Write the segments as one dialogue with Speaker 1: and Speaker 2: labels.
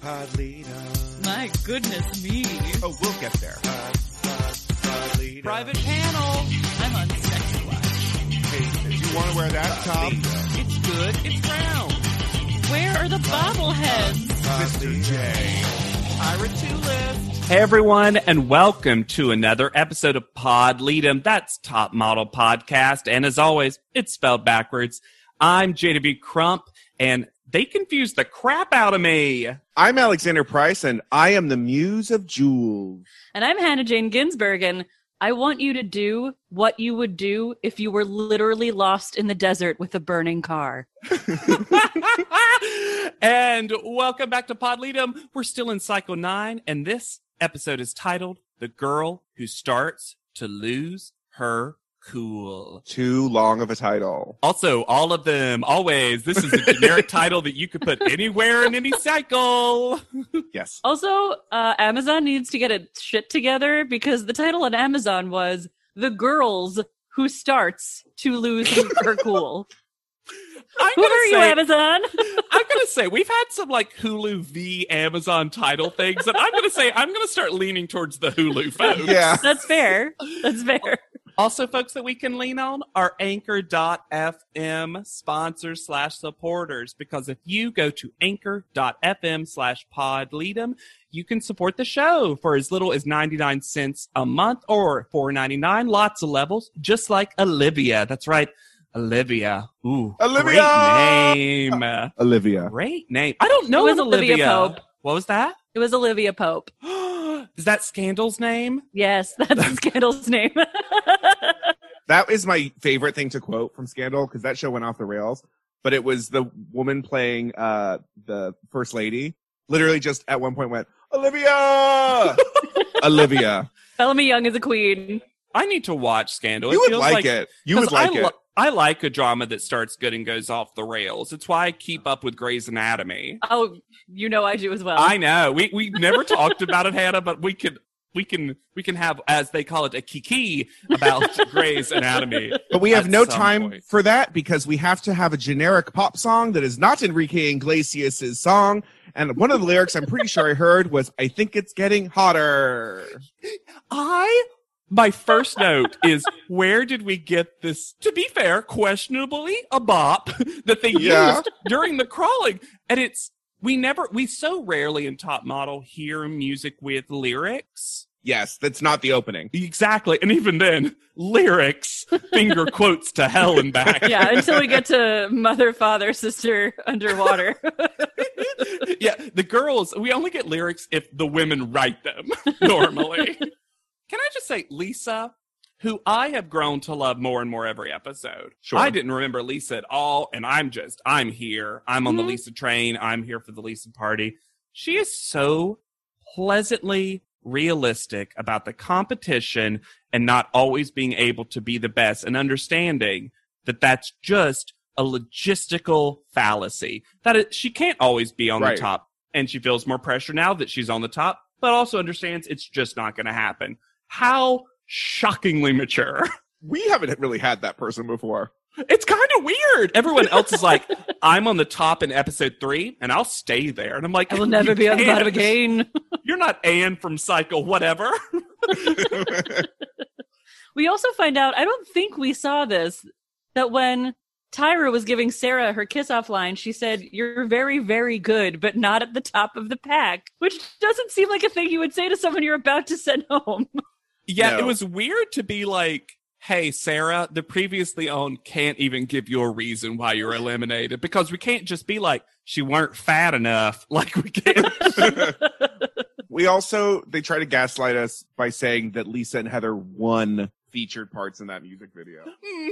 Speaker 1: pod leader.
Speaker 2: My goodness me.
Speaker 3: Oh, we'll get there.
Speaker 1: Pod, pod, pod leader.
Speaker 2: Private panel. I'm unsexualized.
Speaker 3: Hey, if you want to wear that top,
Speaker 2: It's good. It's round. Where are the bobbleheads?
Speaker 1: pod
Speaker 3: Mr.
Speaker 1: leader.
Speaker 3: J.
Speaker 2: Ira Tulip.
Speaker 4: Hey everyone, and welcome to another episode of Pod Leadem. That's Top Model Podcast, and as always, it's spelled backwards. I'm JW Crump, and they confused the crap out of me.
Speaker 3: I'm Alexander Price, and I am the muse of jewels.
Speaker 2: And I'm Hannah Jane Ginsburg, and I want you to do what you would do if you were literally lost in the desert with a burning car.
Speaker 4: and welcome back to Pod Leadem. We're still in Cycle 9, and this episode is titled The Girl Who Starts to Lose Her Cool.
Speaker 3: Too long of a title.
Speaker 4: Also, all of them, always. This is a generic title that you could put anywhere in any cycle.
Speaker 3: Yes.
Speaker 2: Also, uh, Amazon needs to get its shit together because the title on Amazon was The Girls Who Starts to Lose Her Cool.
Speaker 4: I'm
Speaker 2: Who
Speaker 4: gonna
Speaker 2: are you,
Speaker 4: say-
Speaker 2: Amazon?
Speaker 4: I'm gonna say we've had some like Hulu v Amazon title things, and I'm gonna say I'm gonna start leaning towards the Hulu folks.
Speaker 3: Yeah.
Speaker 2: That's fair. That's fair.
Speaker 4: Also, folks that we can lean on are anchor.fm sponsors slash supporters, because if you go to anchor.fm slash podleadem, you can support the show for as little as 99 cents a month or 4.99, lots of levels, just like Olivia. That's right. Olivia. Ooh.
Speaker 3: Olivia!
Speaker 4: Great name.
Speaker 3: Olivia.
Speaker 4: Great name. I don't know
Speaker 2: It was
Speaker 4: an
Speaker 2: Olivia
Speaker 4: Olivia.
Speaker 2: Pope.
Speaker 4: What was that?
Speaker 2: It was Olivia Pope.
Speaker 4: Is that Scandal's name?
Speaker 2: Yes, that's the Scandal's name.
Speaker 3: That is my favorite thing to quote from Scandal because that show went off the rails. But it was the woman playing uh the first lady. Literally, just at one point went Olivia, Olivia.
Speaker 2: Bellamy Young is a queen.
Speaker 4: I need to watch Scandal.
Speaker 3: You
Speaker 4: It
Speaker 3: would
Speaker 4: feels
Speaker 3: like, it. You would
Speaker 4: 'Cause
Speaker 3: like
Speaker 4: I, li-
Speaker 3: it.
Speaker 4: I like a drama that starts good and goes off the rails. It's why I keep up with Grey's Anatomy.
Speaker 2: Oh, you know I do as well.
Speaker 4: I know we we never talked about it, Hannah, but we can we can we can have as they call it a kiki about Grey's Anatomy.
Speaker 3: But we have
Speaker 4: At
Speaker 3: no
Speaker 4: some
Speaker 3: time
Speaker 4: point.
Speaker 3: for that because we have to have a generic pop song that is not Enrique Iglesias' song. And one of the lyrics I'm pretty sure I heard was, I think it's getting hotter.
Speaker 4: I my first note is where did we get this? To be fair, questionably a bop that they
Speaker 3: Yeah.
Speaker 4: used during the crawling, and it's we never we so rarely in Top Model hear music with lyrics.
Speaker 3: Yes, that's not the opening.
Speaker 4: Exactly. And even then, lyrics, finger quotes to hell and back.
Speaker 2: yeah, until we get to mother, father, sister, underwater.
Speaker 4: yeah. The girls, we only get lyrics if the women write them normally. Can I just say, Lisa, who I have grown to love more and more every episode.
Speaker 3: Sure.
Speaker 4: I didn't remember Lisa at all. And I'm just, I'm here. I'm on
Speaker 2: Mhm.
Speaker 4: the Lisa train. I'm here for the Lisa party. She is so pleasantly realistic about the competition and not always being able to be the best and understanding that that's just a logistical fallacy that it, she can't always be on
Speaker 3: Right.
Speaker 4: the top and she feels more pressure now that she's on the top but also understands it's just not going to happen how shockingly mature
Speaker 3: We haven't really had that person before.
Speaker 4: it's kind of weird everyone else is like i'm on the top in episode 3 and i'll stay there and i'm like
Speaker 2: I will never
Speaker 4: "You
Speaker 2: be on the bottom
Speaker 4: can't.
Speaker 2: again.
Speaker 4: you're not anne from cycle whatever
Speaker 2: We also find out, I don't think we saw this, that when Tyra was giving Sarah her kiss off line, she said, You're very, very good, but not at the top of the pack, which doesn't seem like a thing you would say to someone you're about to send home.
Speaker 4: Yeah,
Speaker 3: No.
Speaker 4: it was weird to be like, hey, Sarah, the previously owned can't even give you a reason why you're eliminated because we can't just be like, she weren't fat enough. Like, we can't.
Speaker 3: we also, they try to gaslight us by saying that Lisa and Heather won featured parts in that music video.
Speaker 4: Mm,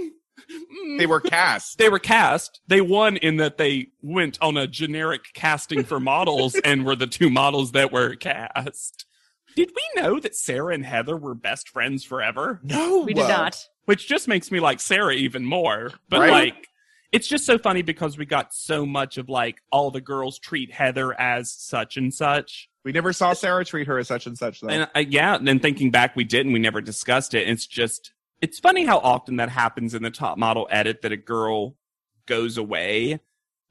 Speaker 4: mm.
Speaker 3: They were cast.
Speaker 4: They were cast. They won in that they went on a generic casting for models and were the two models that were cast. Did we know that Sarah and Heather were best friends forever?
Speaker 3: No,
Speaker 2: We did not.
Speaker 4: which just makes me like Sarah even more. But
Speaker 3: Right.
Speaker 4: like, it's just so funny because we got so much of like all the girls treat Heather as such and such,
Speaker 3: We never saw Sarah treat her as such and such, though.
Speaker 4: and uh, yeah. And then thinking back, we didn't. We never discussed it. It's just it's funny how often that happens in the top model edit that a girl goes away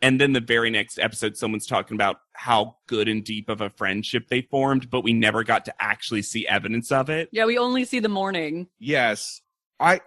Speaker 4: And then the very next episode, someone's talking about how good and deep of a friendship they formed, but we never got to actually see evidence of it.
Speaker 2: Yeah, we only see the morning.
Speaker 3: Yes. I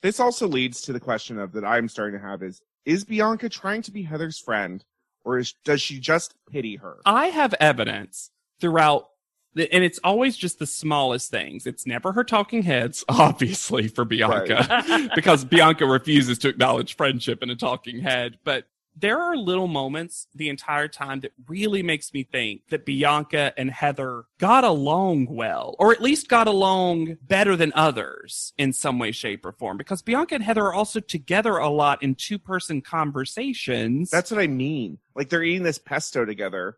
Speaker 3: this also leads to the question of that I'm starting to have is is Bianca trying to be Heather's friend or is does she just pity her?
Speaker 4: I have evidence throughout, the, and it's always just the smallest things. It's never her talking heads, obviously, for Bianca, because Bianca refuses to acknowledge friendship in a talking head. But there are little moments the entire time that really makes me think that Bianca and Heather got along well, or at least got along better than others in some way, shape, or form. Because Bianca and Heather are also together a lot in two person conversations.
Speaker 3: That's what I mean. Like they're eating this pesto together.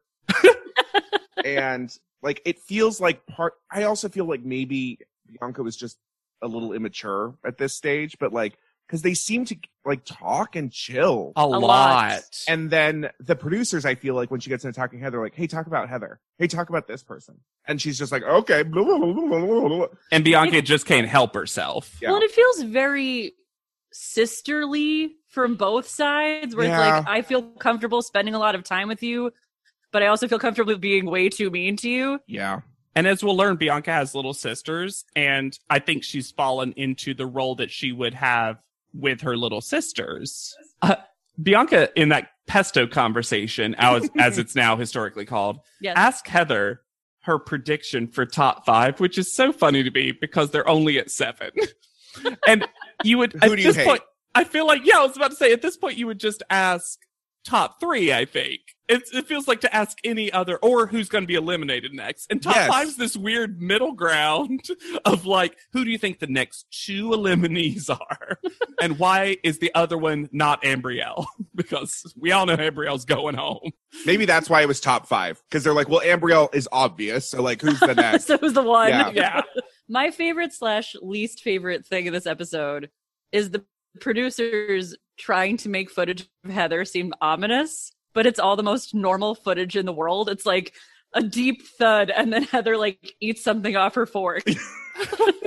Speaker 3: and like it feels like part I also feel like maybe Bianca was just a little immature at this stage, but like because they seem to like talk and chill.
Speaker 4: a,
Speaker 2: lot.
Speaker 4: lot.
Speaker 3: And then the producers, I feel like when she gets into talking Heather, like, hey, talk about Heather. Hey, talk about this person. And she's just like, okay. blah, blah, blah, blah, blah, blah, blah."
Speaker 4: And Bianca just can't help herself.
Speaker 3: Yeah.
Speaker 2: Well, and it feels very sisterly from both sides, where
Speaker 3: Yeah.
Speaker 2: it's like I feel comfortable spending a lot of time with you, but I also feel comfortable being way too mean to you.
Speaker 3: Yeah.
Speaker 4: And as we'll learn, Bianca has little sisters, and I think she's fallen into the role that she would have with her little sisters. Uh, Bianca, in that pesto conversation, as, as it's now historically called,
Speaker 2: Yes.
Speaker 4: ask Heather her prediction for top five, which is so funny to me because they're only at seven. and you would
Speaker 3: Who
Speaker 4: at
Speaker 3: do you
Speaker 4: this
Speaker 3: hate?
Speaker 4: point, I feel like yeah, I was about to say at this point you would just ask top three. I think it, it feels like to ask any other or who's going to be eliminated next. And top
Speaker 3: Yes.
Speaker 4: five's this weird middle ground of like who do you think the next two eliminees are, and why is the other one not Ambrielle? because we all know Ambrielle's going home.
Speaker 3: Maybe that's why it was top five. Because they're like, well, Ambrielle is obvious. So, like, who's the next?
Speaker 2: so it was the one.
Speaker 3: Yeah.
Speaker 4: Yeah.
Speaker 2: My favorite slash least favorite thing in this episode is the producers trying to make footage of Heather seem ominous, but it's all the most normal footage in the world. It's like a deep thud, and then Heather like eats something off her fork,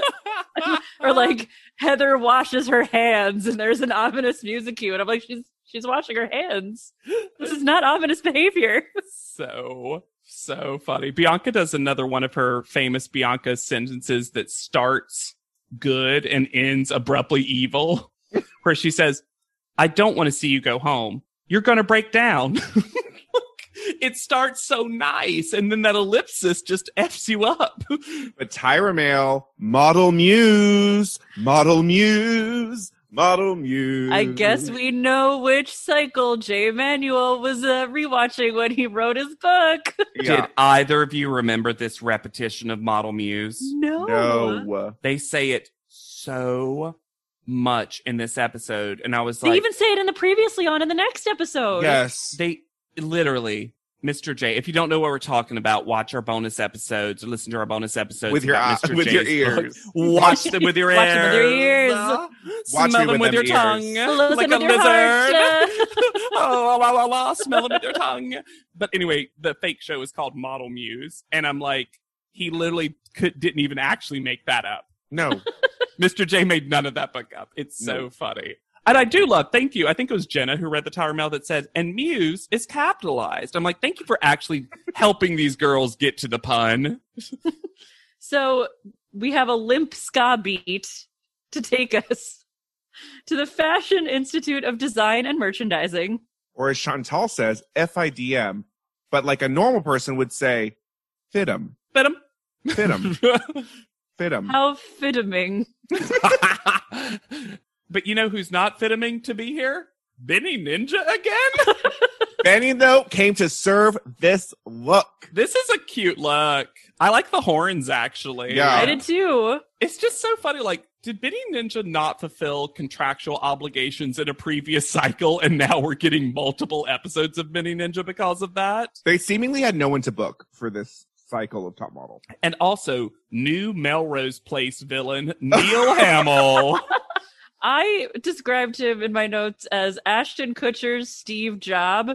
Speaker 2: or like Heather washes her hands, and there's an ominous music cue, and I'm like, she's she's washing her hands. This is not ominous behavior.
Speaker 4: so so funny. Bianca does another one of her famous Bianca sentences that starts good and ends abruptly evil, where she says, "I don't want to see you go home. You're going to break down." it starts so nice, and then that ellipsis just f's you up.
Speaker 3: But Tyra Mail, model muse, model muse, model muse.
Speaker 2: I guess we know which cycle J. Manuel was uh, rewatching when he wrote his book.
Speaker 3: Yeah.
Speaker 4: Did either of you remember this repetition of Model Muse?
Speaker 2: No.
Speaker 3: No.
Speaker 4: They say it so much in this episode, and I was
Speaker 2: They
Speaker 4: like,
Speaker 2: even say it in the previously on in the next episode.
Speaker 3: Yes.
Speaker 4: They literally, Mr. J. If you don't know what we're talking about, watch our bonus episodes or listen to our bonus episodes
Speaker 3: With your,
Speaker 4: about
Speaker 3: eye-
Speaker 4: Mr.
Speaker 3: with your
Speaker 4: J's book.
Speaker 3: ears.
Speaker 4: Watch them with your ears.
Speaker 2: Watch them with your ears.
Speaker 4: Ah.
Speaker 3: Watch
Speaker 4: Smell
Speaker 3: me
Speaker 4: them
Speaker 3: with
Speaker 4: with your
Speaker 3: them
Speaker 4: tongue.
Speaker 3: ears.
Speaker 2: Listen
Speaker 4: like
Speaker 2: with
Speaker 4: a
Speaker 2: your heart.
Speaker 4: lizard. oh, la, la, la, la. Smell them with your tongue. But anyway, the fake show is called Model Muse, and I'm like, he literally could, didn't even actually make that up.
Speaker 3: No.
Speaker 4: Mr. J made none of that book up. It's so
Speaker 3: No.
Speaker 4: funny. And I do love, thank you. I think it was Jenna who read the Tower Mail that said, and Muse is capitalized. I'm like, thank you for actually helping these girls get to the pun.
Speaker 2: So we have a limp ska beat to take us to the Fashion Institute of Design and Merchandising.
Speaker 3: Or as Chantal says, FIDM. But like a normal person would say, fit 'em,
Speaker 4: But um,
Speaker 3: fit 'em, fit 'em.
Speaker 2: How fitting.
Speaker 4: but you know who's not fitting to be here? Benny Ninja again?
Speaker 3: Benny though came to serve this look.
Speaker 4: This is a cute look. I like the horns actually.
Speaker 3: Yeah.
Speaker 2: I did too.
Speaker 4: It's just so funny. Like, did Benny Ninja not fulfill contractual obligations in a previous cycle, and now we're getting multiple episodes of Benny Ninja because of that?
Speaker 3: They seemingly had no one to book for this cycle of top model.
Speaker 4: And also, new Melrose Place villain Neil Hamill.
Speaker 2: I described him in my notes as Ashton Kutcher's Steve Job,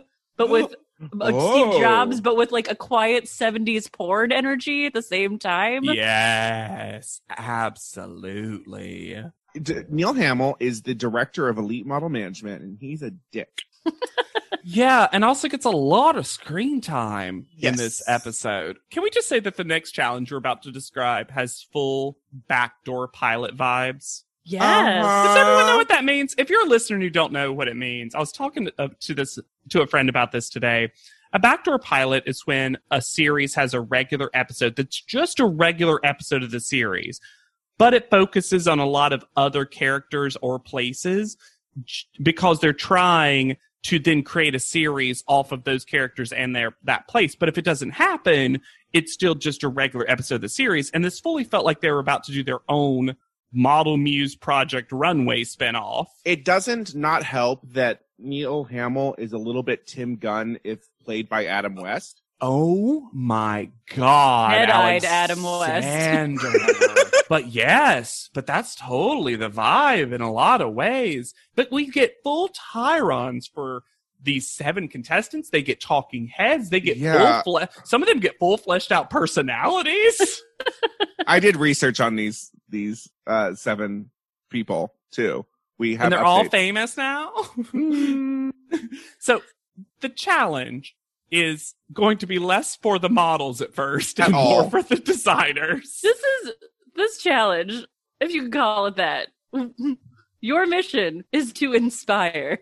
Speaker 2: but with uh,
Speaker 3: Oh.
Speaker 2: Steve Jobs, but with like a quiet 70s porn energy at the same time.
Speaker 4: yes, absolutely.
Speaker 3: D- Neil Hamill is the director of Elite Model Management, and he's a dick.
Speaker 4: Yeah, and also gets a lot of screen time in
Speaker 3: Yes.
Speaker 4: this episode. Can we just say that the next challenge we're about to describe has full backdoor pilot vibes?
Speaker 2: Yes.
Speaker 3: Uh-huh.
Speaker 4: Does everyone know what that means? If you're a listener and you don't know what it means, I was talking to, uh, to this to a friend about this today. A backdoor pilot is when a series has a regular episode that's just a regular episode of the series, but it focuses on a lot of other characters or places j- because they're trying to then create a series off of those characters and their that place. But if it doesn't happen, it's still just a regular episode of the series. And this fully felt like they were about to do their own Model Muse Project Runway spinoff.
Speaker 3: It doesn't not help that Neil Hamill is a little bit Tim Gunn if played by Adam West.
Speaker 4: Oh my God.
Speaker 2: Head-eyed Adam West.
Speaker 4: West. but yes, but that's totally the vibe in a lot of ways. But we get full Tyrons for these seven contestants. They get talking heads. They get
Speaker 3: Yeah.
Speaker 4: full fle- Some of them get full fleshed out personalities.
Speaker 3: I did research on these these uh seven people too. We have
Speaker 4: and they're all
Speaker 3: updates.
Speaker 4: famous now.
Speaker 3: Hmm.
Speaker 4: so the challenge is going to be less for the models at first
Speaker 3: At
Speaker 4: and
Speaker 3: all.
Speaker 4: more for the designers.
Speaker 2: This is this challenge, if you can call it that. Your mission is to inspire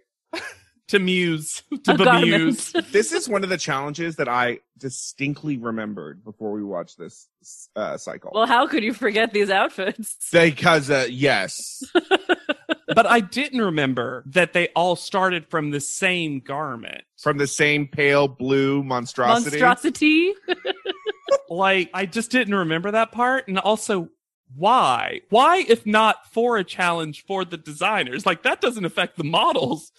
Speaker 4: to muse, to
Speaker 2: a
Speaker 4: bemuse.
Speaker 2: garment.
Speaker 3: this is one of the challenges that I distinctly remembered before we watched this uh, cycle.
Speaker 2: Well, how could you forget these outfits?
Speaker 3: because uh, yes,
Speaker 4: But I didn't remember that they all started from the same garment.
Speaker 3: from the same pale blue monstrosity.
Speaker 2: Monstrosity.
Speaker 4: Like, I just didn't remember that part. And also, why? Why, if not for a challenge for the designers? Like, that doesn't affect the models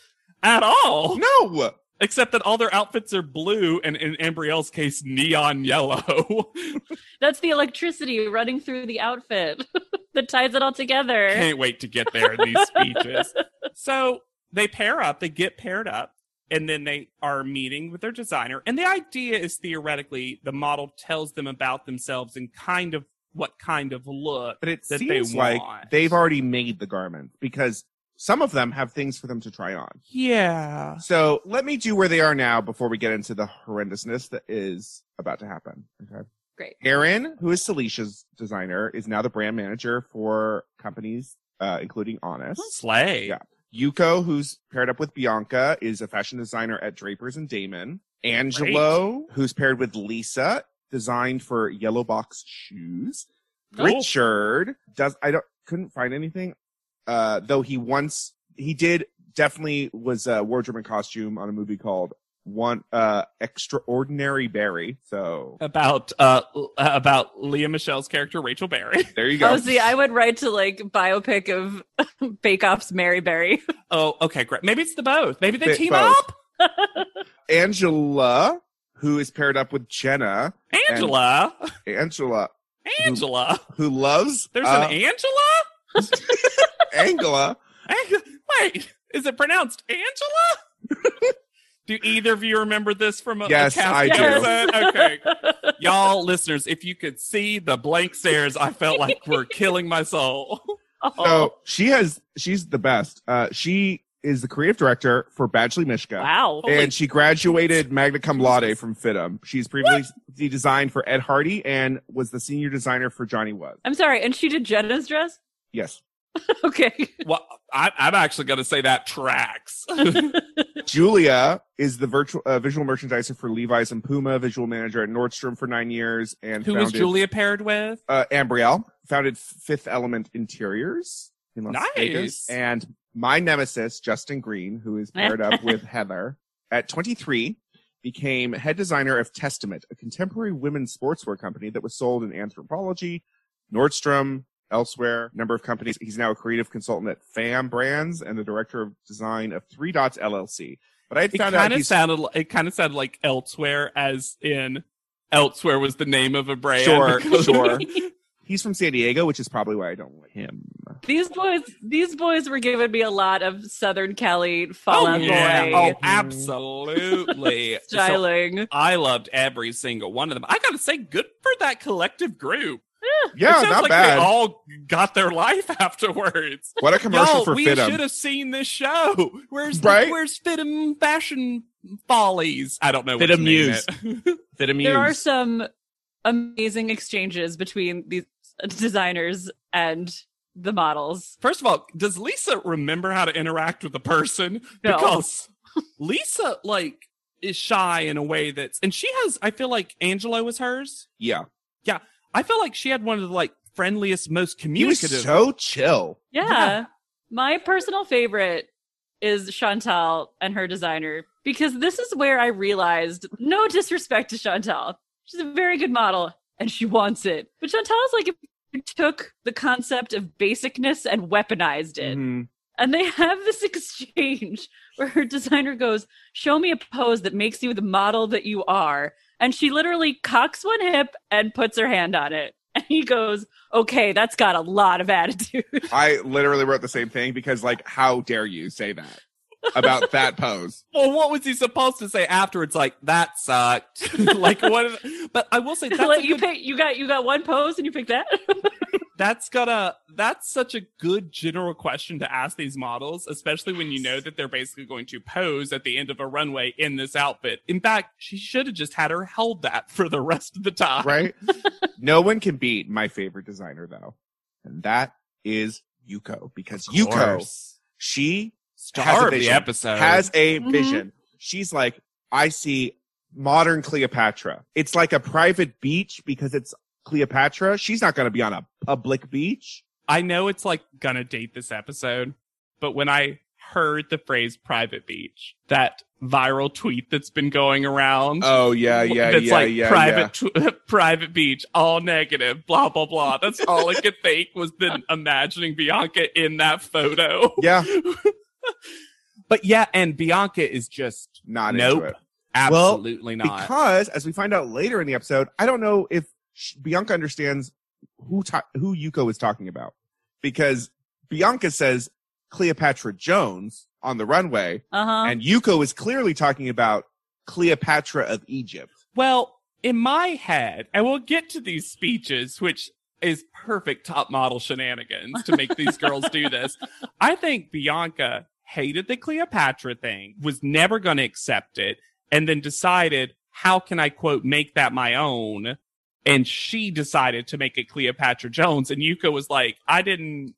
Speaker 4: at all.
Speaker 3: no,
Speaker 4: Except that all their outfits are blue and in Ambrielle's case, neon yellow.
Speaker 2: That's the electricity running through the outfit that ties it all together.
Speaker 4: Can't wait to get there in these speeches. So they pair up, they get paired up, and then they are meeting with their designer. And the idea is theoretically the model tells them about themselves and kind of what kind of look.
Speaker 3: but it
Speaker 4: That they
Speaker 3: seems like
Speaker 4: want.
Speaker 3: they've already made the garment because some of them have things for them to try on.
Speaker 4: Yeah.
Speaker 3: So let me do where they are now before we get into the horrendousness that is about to happen. Okay.
Speaker 2: Great.
Speaker 3: Erin, who is Celicia's designer, is now the brand manager for companies uh, including Honest.
Speaker 4: Slay.
Speaker 3: Yeah. Yuko, who's paired up with Bianca, is a fashion designer at Drapers and Damon. Angelo, who's paired with Lisa, designed for Yellow Box shoes.
Speaker 2: Oh.
Speaker 4: Cool.
Speaker 3: Richard does I don't couldn't find anything. Uh though he once he did definitely was a wardrobe and costume on a movie called One uh Extraordinary Barry. So
Speaker 4: About uh l- uh, about Leah Michelle's character Rachel Berry.
Speaker 3: there you go.
Speaker 2: Oh, see, I would write to like biopic of Bake Off's Mary Berry.
Speaker 4: Oh, okay, great. Maybe it's the both. Maybe they
Speaker 3: Bit
Speaker 4: team
Speaker 3: both.
Speaker 4: up.
Speaker 3: Angela, who is paired up with Jenna.
Speaker 4: Angela.
Speaker 3: Angela,
Speaker 4: Angela.
Speaker 3: who loves
Speaker 4: There's
Speaker 3: uh,
Speaker 4: an Angela?
Speaker 3: Angela.
Speaker 4: Ang- Wait, is it pronounced Angela? do either of you remember this from a, a
Speaker 3: Yes,
Speaker 4: cast
Speaker 3: I do.
Speaker 4: episode? Okay, y'all listeners, if you could see the blank stares, I felt like we're killing my soul.
Speaker 2: Oh,
Speaker 3: So she has she's the best. Uh she is the creative director for Badgley Mishka.
Speaker 2: wow.
Speaker 4: Holy-
Speaker 3: and she graduated magna cum laude from FITM. She's previously designed for Ed Hardy and was the senior designer for Johnny Was.
Speaker 2: I'm sorry. And she did Jenna's dress?
Speaker 3: Yes.
Speaker 2: Okay.
Speaker 4: Well, I, I'm actually going to say that tracks.
Speaker 3: Julia is the virtual uh, visual merchandiser for Levi's and Puma, visual manager at Nordstrom for nine years, and
Speaker 4: Who was
Speaker 3: founded,
Speaker 4: Julia paired with?
Speaker 3: Uh, Ambrielle founded Fifth Element Interiors in Las
Speaker 4: Nice.
Speaker 3: Vegas, and my nemesis Justin Green, who is paired up with Heather at 23. Became head designer of Testament, a contemporary women's sportswear company that was sold in anthropology, Nordstrom, elsewhere, number of companies. He's now a creative consultant at FAM Brands and the director of design of Three Dots LLC. But I had
Speaker 4: It
Speaker 3: found out
Speaker 4: kind of
Speaker 3: he's
Speaker 4: sounded. li- It kind of sounded like elsewhere, as in elsewhere was the name of a brand.
Speaker 3: Sure,
Speaker 4: because- Oh,
Speaker 3: sure. he's from San Diego, which is probably why I don't like him.
Speaker 2: These boys, these boys were giving me a lot of Southern Cali
Speaker 4: Oh,
Speaker 2: Fallout
Speaker 4: yeah.
Speaker 2: Boy
Speaker 3: Mm-hmm.
Speaker 4: oh absolutely. So
Speaker 2: styling.
Speaker 4: I loved every single one of them. I gotta say, good for that collective group. it
Speaker 3: Yeah,
Speaker 4: sounds
Speaker 3: not
Speaker 4: like
Speaker 3: bad.
Speaker 4: They all got their life afterwards.
Speaker 3: what a commercial
Speaker 4: Y'all,
Speaker 3: for
Speaker 4: we
Speaker 3: Fitum.
Speaker 4: should have seen this show. Where's
Speaker 3: Right?
Speaker 4: the, where's Fitum Fashion Follies? I don't know. what
Speaker 5: Fitum
Speaker 4: to name
Speaker 5: News.
Speaker 4: it.
Speaker 5: That
Speaker 2: There are
Speaker 5: amused.
Speaker 2: some amazing exchanges between these designers and the models.
Speaker 4: First of all, does Lisa remember how to interact with a person?
Speaker 2: No.
Speaker 4: Because Lisa like is shy in a way that's, and she has. I feel like Angelo was hers.
Speaker 3: yeah,
Speaker 4: I feel like she had one of the like friendliest, most
Speaker 3: he was
Speaker 4: communicative.
Speaker 3: so chill.
Speaker 2: Yeah.
Speaker 4: Yeah.
Speaker 2: My personal favorite is Chantal and her designer because this is where I realized no disrespect to Chantal. She's a very good model and she wants it. But Chantal's like if you took the concept of basicness and weaponized it.
Speaker 3: Mhm.
Speaker 4: Mm-hmm.
Speaker 2: And they have this exchange where her designer goes, Show me a pose that makes you the model that you are. And she literally cocks one hip and puts her hand on it. And he goes, Okay, that's got a lot of attitude.
Speaker 3: I literally wrote the same thing because, like, how dare you say that about that pose?
Speaker 4: well, what was he supposed to say afterwards? Like that sucked. like what? But I will say that's
Speaker 2: Like,
Speaker 4: a
Speaker 2: you
Speaker 4: good
Speaker 2: pick, you got you got one pose and you pick that.
Speaker 4: that's gonna that's such a good general question to ask these models especially when you know that they're basically going to pose at the end of a runway in this outfit in fact she should have just had her held that for the rest of the time
Speaker 3: Right? no one can beat my favorite designer, though, and that is Yuko because
Speaker 4: Of
Speaker 3: Yuko,
Speaker 4: course.
Speaker 3: she Has
Speaker 4: star
Speaker 3: a
Speaker 4: of the
Speaker 3: vision.
Speaker 4: episode
Speaker 3: has a
Speaker 2: Mhm.
Speaker 3: vision. She's like, I see modern Cleopatra. It's like a private beach because it's Cleopatra. She's not going to be on a public beach.
Speaker 4: i know it's like gonna date this episode but when i heard the phrase private beach that viral tweet that's been going around
Speaker 3: Oh yeah,
Speaker 4: that's like private tw- private beach, all negative, blah blah blah. That's all I could think was then imagining Bianca in that photo.
Speaker 3: yeah.
Speaker 4: But yeah, and Bianca is just
Speaker 3: Not
Speaker 4: Nope.
Speaker 3: into it Well,
Speaker 4: absolutely not.
Speaker 3: because, as we find out later in the episode, I don't know if sh- Bianca understands who ta- who Yuko is talking about because Bianca says Cleopatra Jones on the runway,
Speaker 2: Uh huh.
Speaker 3: and Yuko is clearly talking about Cleopatra of Egypt.
Speaker 4: well, in my head, and we'll get to these speeches, which is perfect top model shenanigans to make these girls do this. I think Bianca hated the Cleopatra thing, was never going to accept it, and then decided, how can I quote, make that my own? And she decided to make it Cleopatra Jones. And Yuko was like, I didn't,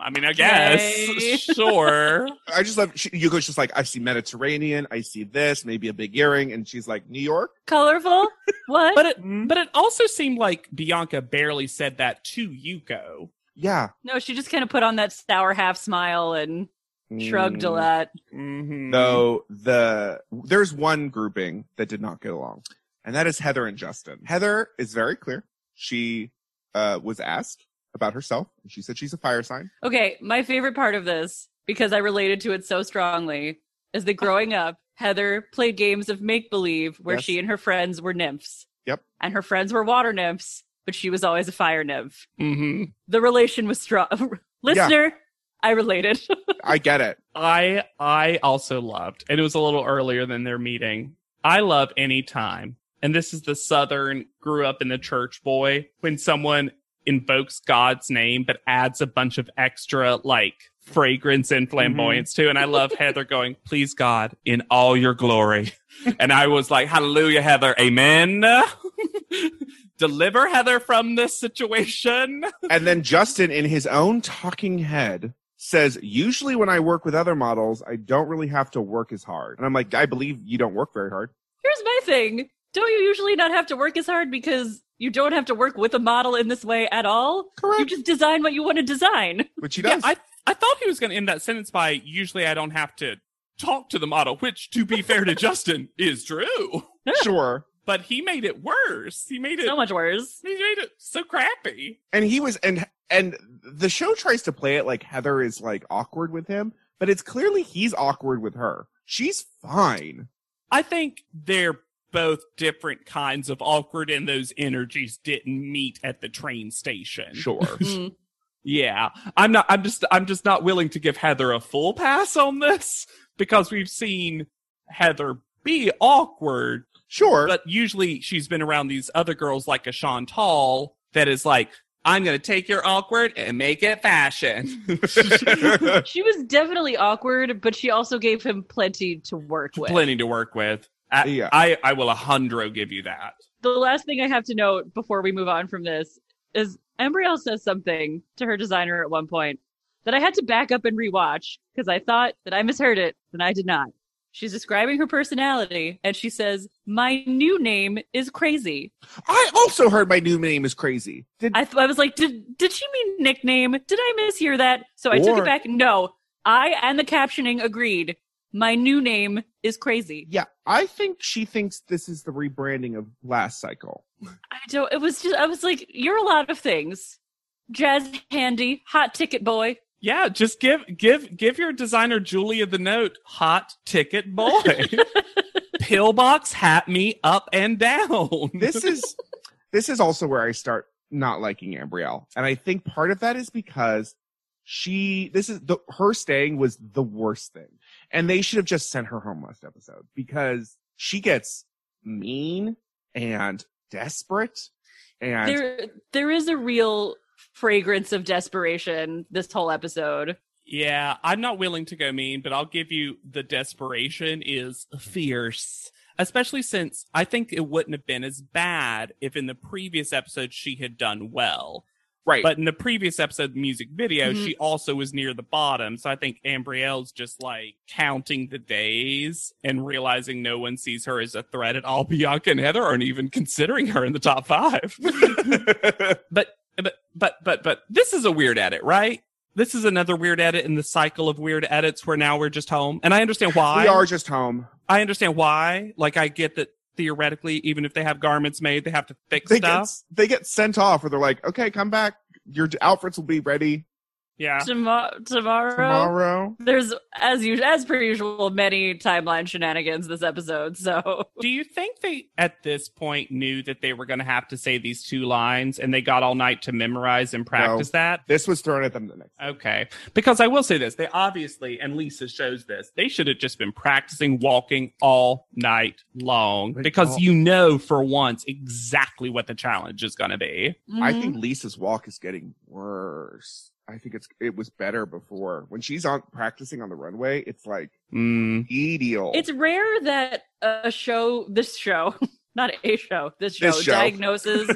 Speaker 4: I mean, I guess,
Speaker 2: Okay.
Speaker 4: sure.
Speaker 3: I just love she, Yuko's just like I see Mediterranean, I see this, maybe a big earring, and she's like New York.
Speaker 2: Colorful. What?
Speaker 4: But it, but it also seemed like Bianca barely said that to Yuko.
Speaker 3: Yeah,
Speaker 2: no, she just kind of put on that sour half smile and shrugged
Speaker 3: Mm.
Speaker 2: a lot.
Speaker 4: Mm-hmm.
Speaker 3: Though the there's one grouping that did not get along, and that is Heather and Justin. Heather is very clear. She uh, was asked about herself, and she said she's a fire sign.
Speaker 2: Okay, my favorite part of this because I related to it so strongly is that growing up, Heather played games of make believe where
Speaker 3: Yes.
Speaker 2: she and her friends were nymphs.
Speaker 3: Yep.
Speaker 2: And her friends were water nymphs, but she was always a fire nymph.
Speaker 4: Mm-hmm.
Speaker 2: The relation was strong. Listener, I related.
Speaker 3: I get it.
Speaker 4: I I also loved, and it was a little earlier than their meeting. I love any time, and this is the Southern grew up in the church boy when someone invokes God's name but adds a bunch of extra like fragrance and flamboyance too. And I love Heather going, "Please God, in all your glory," and I was like, "Hallelujah, Heather, Amen." Deliver Heather from this situation.
Speaker 3: And then Justin, in his own talking head, says, Usually when I work with other models, I don't really have to work as hard. And I'm like, I believe you don't work very hard.
Speaker 2: Here's my thing. Don't you usually not have to work as hard because you don't have to work with a model in this way at all? You
Speaker 3: Correct.
Speaker 2: just design what you want to design.
Speaker 3: Which he does.
Speaker 4: Yeah, I I thought he was going to end that sentence by usually I don't have to talk to the model, which to be fair to Justin is true.
Speaker 3: sure.
Speaker 4: But he made it worse. He made it
Speaker 2: So much worse.
Speaker 4: he made it so crappy.
Speaker 3: And he was, and, and the show tries to play it like Heather is like awkward with him, but it's clearly he's awkward with her. She's fine.
Speaker 4: I think they're both different kinds of awkward and those energies didn't meet at the train station.
Speaker 3: Sure.
Speaker 2: Mm.
Speaker 4: Yeah. I'm not I'm just I'm just not willing to give Heather a full pass on this because we've seen Heather be awkward
Speaker 3: sure.
Speaker 4: but usually she's been around these other girls like a Chantal that is like, I'm going to take your awkward and make it fashion.
Speaker 2: She was definitely awkward, but she also gave him plenty to work with.
Speaker 4: Plenty to work with. I,
Speaker 3: Yeah.
Speaker 4: I, I will a hundred give you that.
Speaker 2: The last thing I have to note before we move on from this is Embrielle says something to her designer at one point that I had to back up and rewatch because I thought that I misheard it, and I did not. She's describing her personality, and she says, "My new name is crazy."
Speaker 3: I also heard my new name is crazy. Did
Speaker 2: I, th- I was like, did did she mean nickname? Did I mishear that? So I took
Speaker 3: Or-
Speaker 2: it back. No, I and the captioning agreed. My new name is crazy.
Speaker 3: yeah, I think she thinks this is the rebranding of last cycle.
Speaker 2: I don't. It was just. I was like, you're a lot of things. Jazz handy, hot ticket boy.
Speaker 4: Yeah, just give give give your designer Julia the note. Hot ticket boy, pillbox hat me up and down.
Speaker 3: This is this is also where I start not liking Ambrielle, and I think part of that is because she this is the her staying was the worst thing, and they should have just sent her home last episode because she gets mean and desperate and
Speaker 2: There, there is a real fragrance of desperation this whole episode.
Speaker 4: Yeah, I'm not willing to go mean, but I'll give you the desperation is fierce. Especially since I think it wouldn't have been as bad if in the previous episode she had done well.
Speaker 3: right.
Speaker 4: But in the previous episode music video,
Speaker 2: Mhm.
Speaker 4: she also was near the bottom. So I think Ambrielle's just like counting the days and realizing no one sees her as a threat at all. Bianca and Heather aren't even considering her in the top five. but but but but but this is a weird edit, right? This is another weird edit in the cycle of weird edits where now we're just home. And I understand why.
Speaker 3: we are just home.
Speaker 4: I understand why. Like I get that theoretically, even if they have garments made, they have to fix
Speaker 3: They
Speaker 4: stuff.
Speaker 3: get they get sent off, where they're like, "Okay, come back. Your outfits will be ready
Speaker 4: Yeah.
Speaker 2: Tomo- tomorrow,
Speaker 3: tomorrow."
Speaker 2: there's as usual, as per usual, many timeline shenanigans this episode. So
Speaker 4: Do you think they at this point knew that they were going to have to say these two lines and they got all night to memorize and practice that?
Speaker 3: This was thrown at them the next.
Speaker 4: Okay. Because I will say this, they obviously, and Lisa shows this, they should have just been practicing walking all night long
Speaker 3: They
Speaker 4: because
Speaker 3: all-
Speaker 4: you know for once exactly what the challenge is going to be.
Speaker 2: Mm-hmm.
Speaker 3: I think Lisa's walk is getting worse. I think it's it was better before when she's on practicing on the runway. It's like
Speaker 4: Mm.
Speaker 3: ideal.
Speaker 2: It's rare that a show, this show, not a show, this show,
Speaker 3: This show.
Speaker 2: diagnoses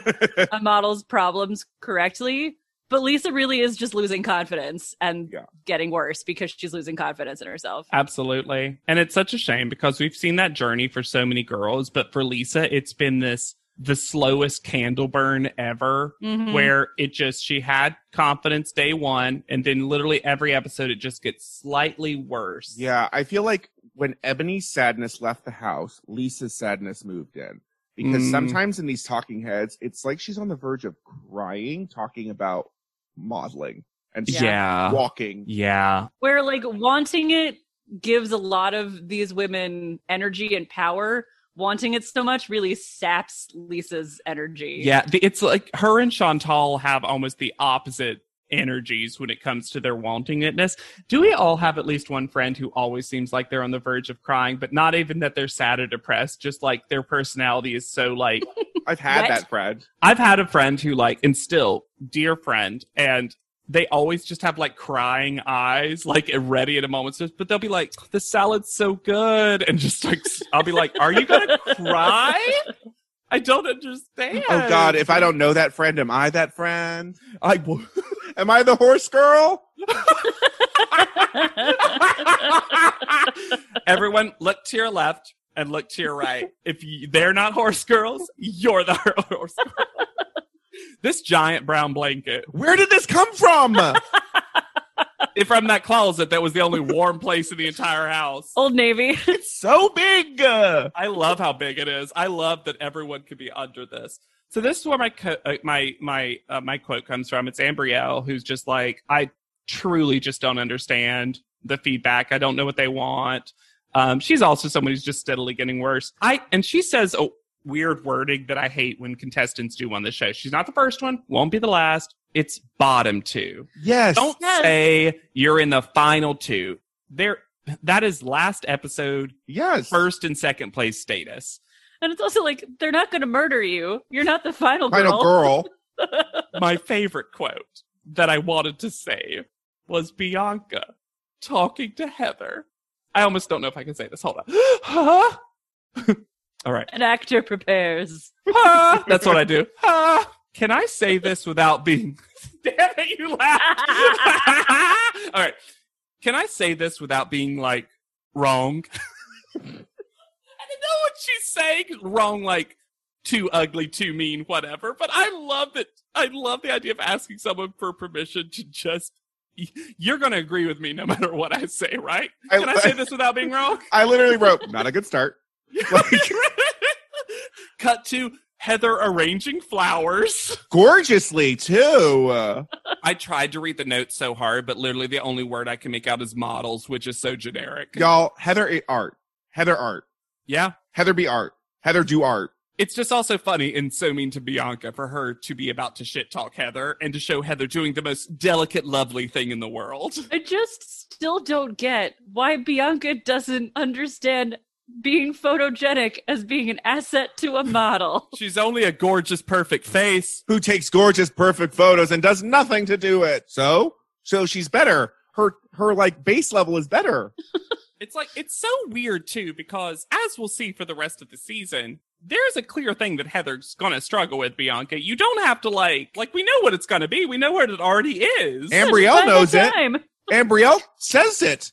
Speaker 2: a model's problems correctly. But Lisa really is just losing confidence and
Speaker 3: Yeah. Uh,
Speaker 2: getting worse because she's losing confidence in herself.
Speaker 4: Absolutely. And it's such a shame because we've seen that journey for so many girls, but for Lisa, it's been this the slowest candle burn ever
Speaker 2: Mhm.
Speaker 4: where it just she had confidence day one and then literally every episode it just gets slightly worse
Speaker 3: yeah, I feel like when Ebony's sadness left the house, Lisa's sadness moved in because
Speaker 2: Mm-hmm.
Speaker 4: Mm.
Speaker 3: sometimes in these talking heads, it's like she's on the verge of crying, talking about modeling and
Speaker 2: Yeah.
Speaker 4: yeah
Speaker 3: walking.
Speaker 4: yeah
Speaker 2: Where like wanting it gives a lot of these women energy and power. Wanting it so much really saps Lisa's energy.
Speaker 4: yeah the- it's like her and chantal have almost the opposite energies when it comes to their wanting itness do we all have at least one friend who always seems like they're on the verge of crying but not even that they're sad or depressed just like their personality is so like
Speaker 3: I've had
Speaker 2: What?
Speaker 3: that, Fred.
Speaker 4: I've had a friend who like, and still dear friend, and they always just have like crying eyes, like ready at a moment's notice. But they'll be like, "The salad's so good," and just like, s- I'll be like, "Are you gonna cry?" I don't understand.
Speaker 3: Oh God, if I don't know that friend, am I that friend?
Speaker 4: I w-
Speaker 3: Am I the horse girl?
Speaker 4: Everyone, look to your left and look to your right. If you, they're not horse girls, you're the horse girl. this giant brown blanket.
Speaker 3: Where did this come from?
Speaker 4: if from that closet that was the only warm place in the entire house.
Speaker 2: Old Navy.
Speaker 3: it's so big. Uh,
Speaker 4: I love how big it is. I love that everyone could be under this. So this is where my co- uh, my my uh, my quote comes from. It's Ambrielle who's just like I truly just don't understand the feedback. I don't know what they want. Um, she's also someone who's just steadily getting worse. I and she says a weird wording that I hate when contestants do on the show. She's not the first one, won't be the last. It's bottom two.
Speaker 3: Yes.
Speaker 4: Don't
Speaker 2: Yes.
Speaker 4: say you're in the final two. There, that is last episode,
Speaker 3: Yes.
Speaker 4: first and second place status.
Speaker 2: And it's also like they're not going to murder you. You're not the final,
Speaker 3: Final girl.
Speaker 4: my favorite quote that I wanted to save was Bianca talking to Heather. I almost don't know if I can say this. Hold on. Huh? All right.
Speaker 2: An actor prepares.
Speaker 4: Huh? That's what I do. Huh? Can I say this without being. Damn it, you laughed. All right. Can I say this without being like wrong? I don't know what she's saying. Wrong, like too ugly, too mean, whatever. But I love that. I love the idea of asking someone for permission to just. y- You're going to agree with me no matter what I say, right?
Speaker 3: I-
Speaker 4: Can I say this without being wrong?
Speaker 3: I literally wrote, not a good start. Like-
Speaker 4: Cut to Heather arranging flowers.
Speaker 3: Gorgeously, too. Uh,
Speaker 4: I tried to read the notes so hard, but literally the only word I can make out is models, which is so generic.
Speaker 3: y'all, Heather A. Art. Heather Art.
Speaker 4: Yeah.
Speaker 3: Heather B. Art. Heather Do Art.
Speaker 4: It's just also funny and so mean to Bianca for her to be about to shit talk Heather and to show Heather doing the most delicate, lovely thing in the world.
Speaker 2: I just still don't get why Bianca doesn't understand being photogenic as being an asset to a model.
Speaker 4: She's only a gorgeous, perfect face.
Speaker 3: who takes gorgeous, perfect photos and does nothing to do it. So, so she's better. Her, her like base level is better.
Speaker 4: It's like, it's so weird too, because as we'll see for the rest of the season, there's a clear thing that Heather's gonna struggle with, Bianca. You don't have to like, like, we know what it's gonna be. We know what it already is.
Speaker 3: Ambrielle knows it.
Speaker 2: Time.
Speaker 3: Ambrielle says it.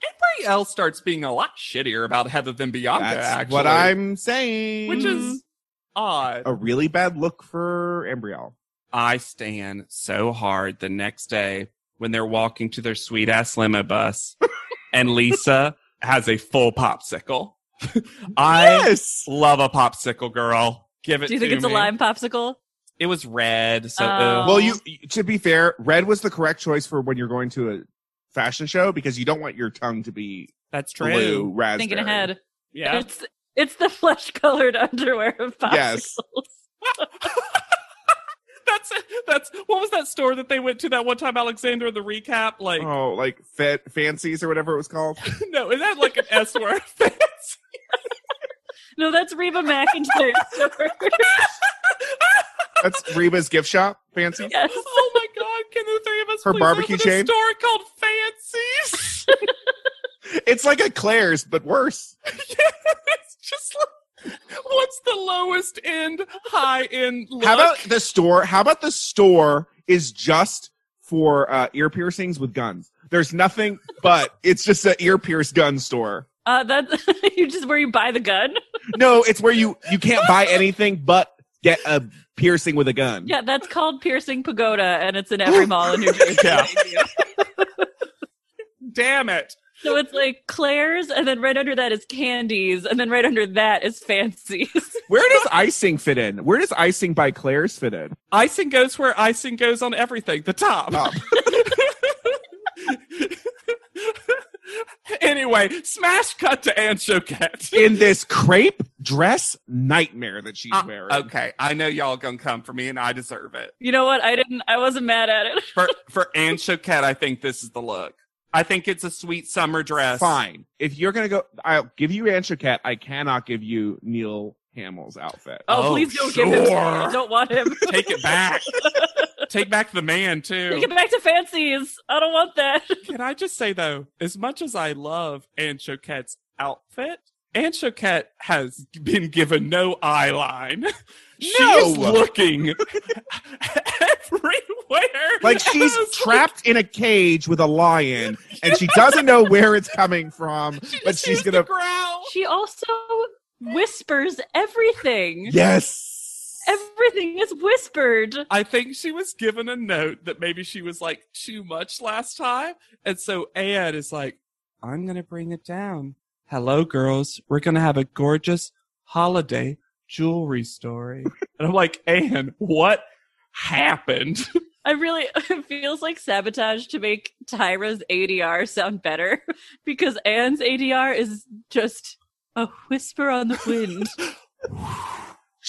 Speaker 4: Everybody else starts being a lot shittier about Heather than Bianca,
Speaker 3: That's
Speaker 4: actually.
Speaker 3: what I'm saying.
Speaker 4: Which is odd.
Speaker 3: a really bad look for Ambrielle.
Speaker 4: I stand so hard the next day when they're walking to their sweet ass limo bus and Lisa has a full popsicle. I
Speaker 3: yes.
Speaker 4: love a popsicle girl. Give it
Speaker 2: Do you think
Speaker 4: to
Speaker 2: it's a
Speaker 4: me.
Speaker 2: lime popsicle?
Speaker 4: It was red, so
Speaker 2: Oh.
Speaker 4: ugh.
Speaker 3: Well, you to be fair, red was the correct choice for when you're going to a fashion show because you don't want your tongue to be
Speaker 4: that's
Speaker 3: blue
Speaker 4: true.
Speaker 3: raspberry.
Speaker 2: Thinking ahead.
Speaker 4: Yeah.
Speaker 2: It's it's the flesh colored underwear of popsicles.
Speaker 3: Yes.
Speaker 4: That's that's what was that store that they went to that one time, Alexander, the recap? Like
Speaker 3: Oh, like fa- fancies or whatever it was called.
Speaker 4: no, is that like an S word?
Speaker 2: No, that's Reba McIntyre's story.
Speaker 3: That's Reba's gift shop. Fancy.
Speaker 2: yes.
Speaker 4: Oh my god, can the three of us
Speaker 3: Her
Speaker 4: please
Speaker 3: barbecue
Speaker 4: open
Speaker 3: chain?
Speaker 4: a store called Fancy's?
Speaker 3: It's like a Claire's, but worse.
Speaker 4: it's just like what's the lowest end, high end look?
Speaker 3: How about the store? How about the store is just for uh, ear piercings with guns? There's nothing but it's just an ear pierce gun store.
Speaker 2: Uh that's you just where you buy the gun.
Speaker 3: No, it's where you you can't buy anything but get a piercing with a gun.
Speaker 2: Yeah, that's called Piercing Pagoda and it's in every mall in New Jersey.
Speaker 4: Yeah. Damn it.
Speaker 2: So it's like Claire's and then right under that is Candies and then right under that is Fancies.
Speaker 3: Where does icing fit in? Where does icing by Claire's fit in?
Speaker 4: Icing goes where icing goes on everything, the top.
Speaker 3: Top.
Speaker 4: anyway, smash cut to Anne Choquette.
Speaker 3: In this crepe dress nightmare that she's
Speaker 4: Uh,
Speaker 3: wearing.
Speaker 4: okay, I know y'all gonna come for me and I deserve it.
Speaker 2: You know what? I didn't I wasn't mad at it.
Speaker 4: For for Anne Choquette, I think this is the look. I think it's a sweet summer dress.
Speaker 3: Fine. If you're gonna go, I'll give you Anne Choquette. I cannot give you Neil Hamill's outfit.
Speaker 2: Oh,
Speaker 4: Oh,
Speaker 2: please don't give him
Speaker 4: sure.
Speaker 2: I don't want him.
Speaker 4: Take it back. Take back the man
Speaker 2: Take
Speaker 4: too.
Speaker 2: it back to Fancies. I don't want that.
Speaker 4: Can I just say though, as much as I love Anne Choquette's outfit, Anne Choquette has been given no eye line. She is
Speaker 3: No!
Speaker 4: looking everywhere.
Speaker 3: Like she's
Speaker 4: I was
Speaker 3: trapped in a cage with a lion and she doesn't know where it's coming from,
Speaker 4: like, she
Speaker 3: but
Speaker 4: just
Speaker 3: she's
Speaker 4: used the
Speaker 3: gonna.
Speaker 4: growl.
Speaker 2: She also whispers everything.
Speaker 3: Yes.
Speaker 2: Everything is whispered.
Speaker 4: I think she was given a note that maybe she was like too much last time. And so Anne is like, I'm going to bring it down. Hello, girls. We're going to have a gorgeous holiday jewelry story. and I'm like, Anne, what happened?
Speaker 2: I really it feels like sabotage to make Tyra's ADR sound better because Anne's ADR is just a whisper on the wind.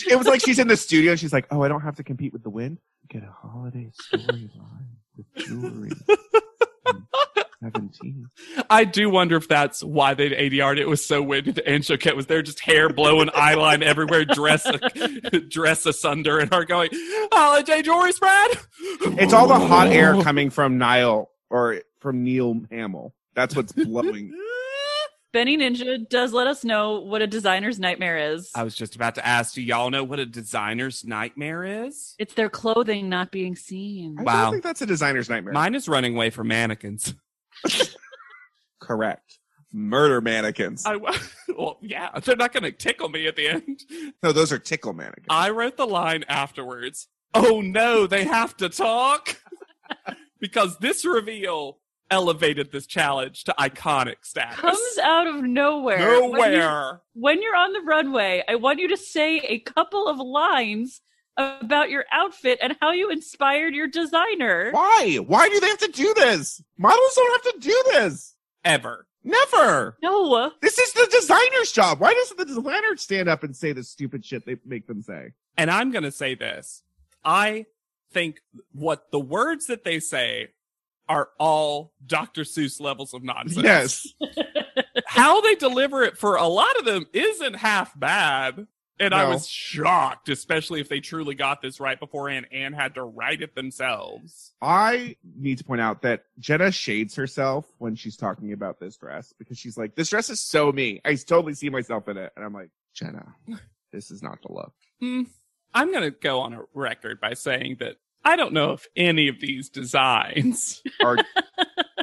Speaker 3: It was like she's in the studio and she's like, oh, I don't have to compete with the wind. Get a holiday storyline with jewelry. Seventeen.
Speaker 4: I do wonder if that's why they ADR'd it. It was so windy. The Anne Choquette was there, just hair blowing, eye line everywhere, dress dress asunder, and her going, holiday jewelry spread.
Speaker 3: It's all the hot air
Speaker 4: Oh.
Speaker 3: coming from Niall or from Neil Hamill. That's what's blowing.
Speaker 2: Benny Ninja does let us know what a designer's nightmare is.
Speaker 4: I was just about to ask, do y'all know what a designer's nightmare is?
Speaker 2: It's their clothing not being seen.
Speaker 3: I
Speaker 4: Wow.
Speaker 3: don't think that's a designer's nightmare.
Speaker 4: Mine is running away from mannequins.
Speaker 3: Correct. Murder mannequins.
Speaker 4: I well, yeah, they're not going to tickle me at the end.
Speaker 3: no, those are tickle mannequins.
Speaker 4: I wrote the line afterwards. Oh no, they have to talk because this reveal elevated this challenge to iconic status.
Speaker 2: Comes out of nowhere. When you-
Speaker 4: Nowhere.
Speaker 2: when you're on the runway, I want you to say a couple of lines about your outfit and how you inspired your designer.
Speaker 3: Why? Why do they have to do this? Models don't have to do this.
Speaker 4: Ever.
Speaker 3: Never.
Speaker 2: No,
Speaker 3: This is the designer's job. Why doesn't the designer stand up and say the stupid shit they make them say?
Speaker 4: And I'm going to say this. I think what the words that they say are all Dr. Seuss levels of nonsense.
Speaker 3: Yes.
Speaker 4: How they deliver it for a lot of them isn't half bad. And I
Speaker 3: No.
Speaker 4: was shocked, especially if they truly got this right beforehand and had to write it themselves.
Speaker 3: I need to point out that Jenna shades herself when she's talking about this dress because she's like, this dress is so me. I totally see myself in it. And I'm like, Jenna, this is not the look.
Speaker 4: Hmm. I'm going to go on a record by saying that I don't know if any of these designs
Speaker 3: Our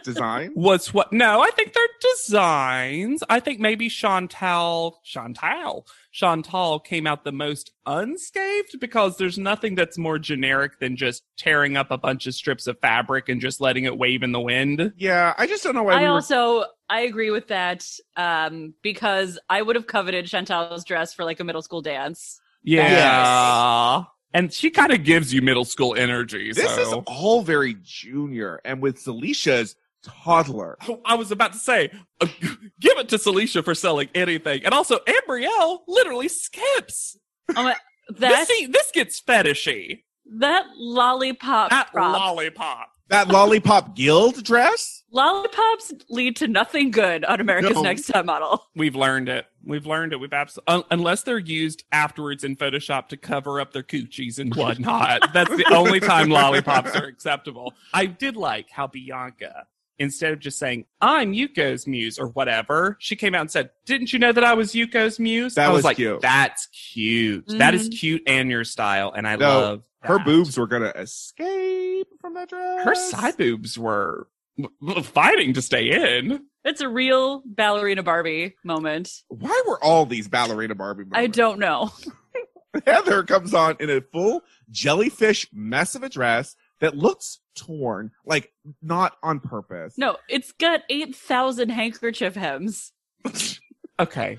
Speaker 3: design?
Speaker 4: was what. No, I think they're designs. I think maybe Chantal, Chantal, Chantal came out the most unscathed because there's nothing that's more generic than just tearing up a bunch of strips of fabric and just letting it wave in the wind.
Speaker 3: Yeah, I just don't know why
Speaker 2: I
Speaker 3: we were
Speaker 2: also I agree with that um, because I would have coveted Chantal's dress for like a middle school dance.
Speaker 4: Yeah.
Speaker 2: Yes.
Speaker 4: And she kind of gives you middle school energy.
Speaker 3: This
Speaker 4: so.
Speaker 3: is all very junior, and with Celicia's toddler.
Speaker 4: Oh, I was about to say, uh, give it to Celicia for selling anything. And also, Ambrielle literally skips.
Speaker 2: That
Speaker 4: This, see, this gets fetishy.
Speaker 2: that lollipop
Speaker 4: That
Speaker 2: prop.
Speaker 4: lollipop.
Speaker 3: That lollipop guild dress?
Speaker 2: lollipops lead to nothing good on America's
Speaker 3: No.
Speaker 2: Next Top Model.
Speaker 4: We've learned it. We've learned it. We've absolutely, un- unless they're used afterwards in Photoshop to cover up their coochies and whatnot. That's the only time lollipops are acceptable. I did like how Bianca, instead of just saying, I'm Yuko's muse or whatever, she came out and said, Didn't you know that I was Yuko's muse?
Speaker 3: That
Speaker 4: I was,
Speaker 3: was
Speaker 4: like,
Speaker 3: cute.
Speaker 4: That's cute. That is
Speaker 2: Mhm.
Speaker 4: cute and your style. And I
Speaker 3: No,
Speaker 4: love
Speaker 3: Her
Speaker 4: that.
Speaker 3: boobs were gonna escape from that dress.
Speaker 4: Her side boobs were fighting to stay in.
Speaker 2: It's a real ballerina Barbie moment.
Speaker 3: Why were all these ballerina Barbie?
Speaker 2: I
Speaker 3: moments?
Speaker 2: don't know.
Speaker 3: Heather comes on in a full jellyfish mess of a dress that looks torn, like not on purpose.
Speaker 2: No, it's got eight thousand handkerchief hems.
Speaker 4: Okay.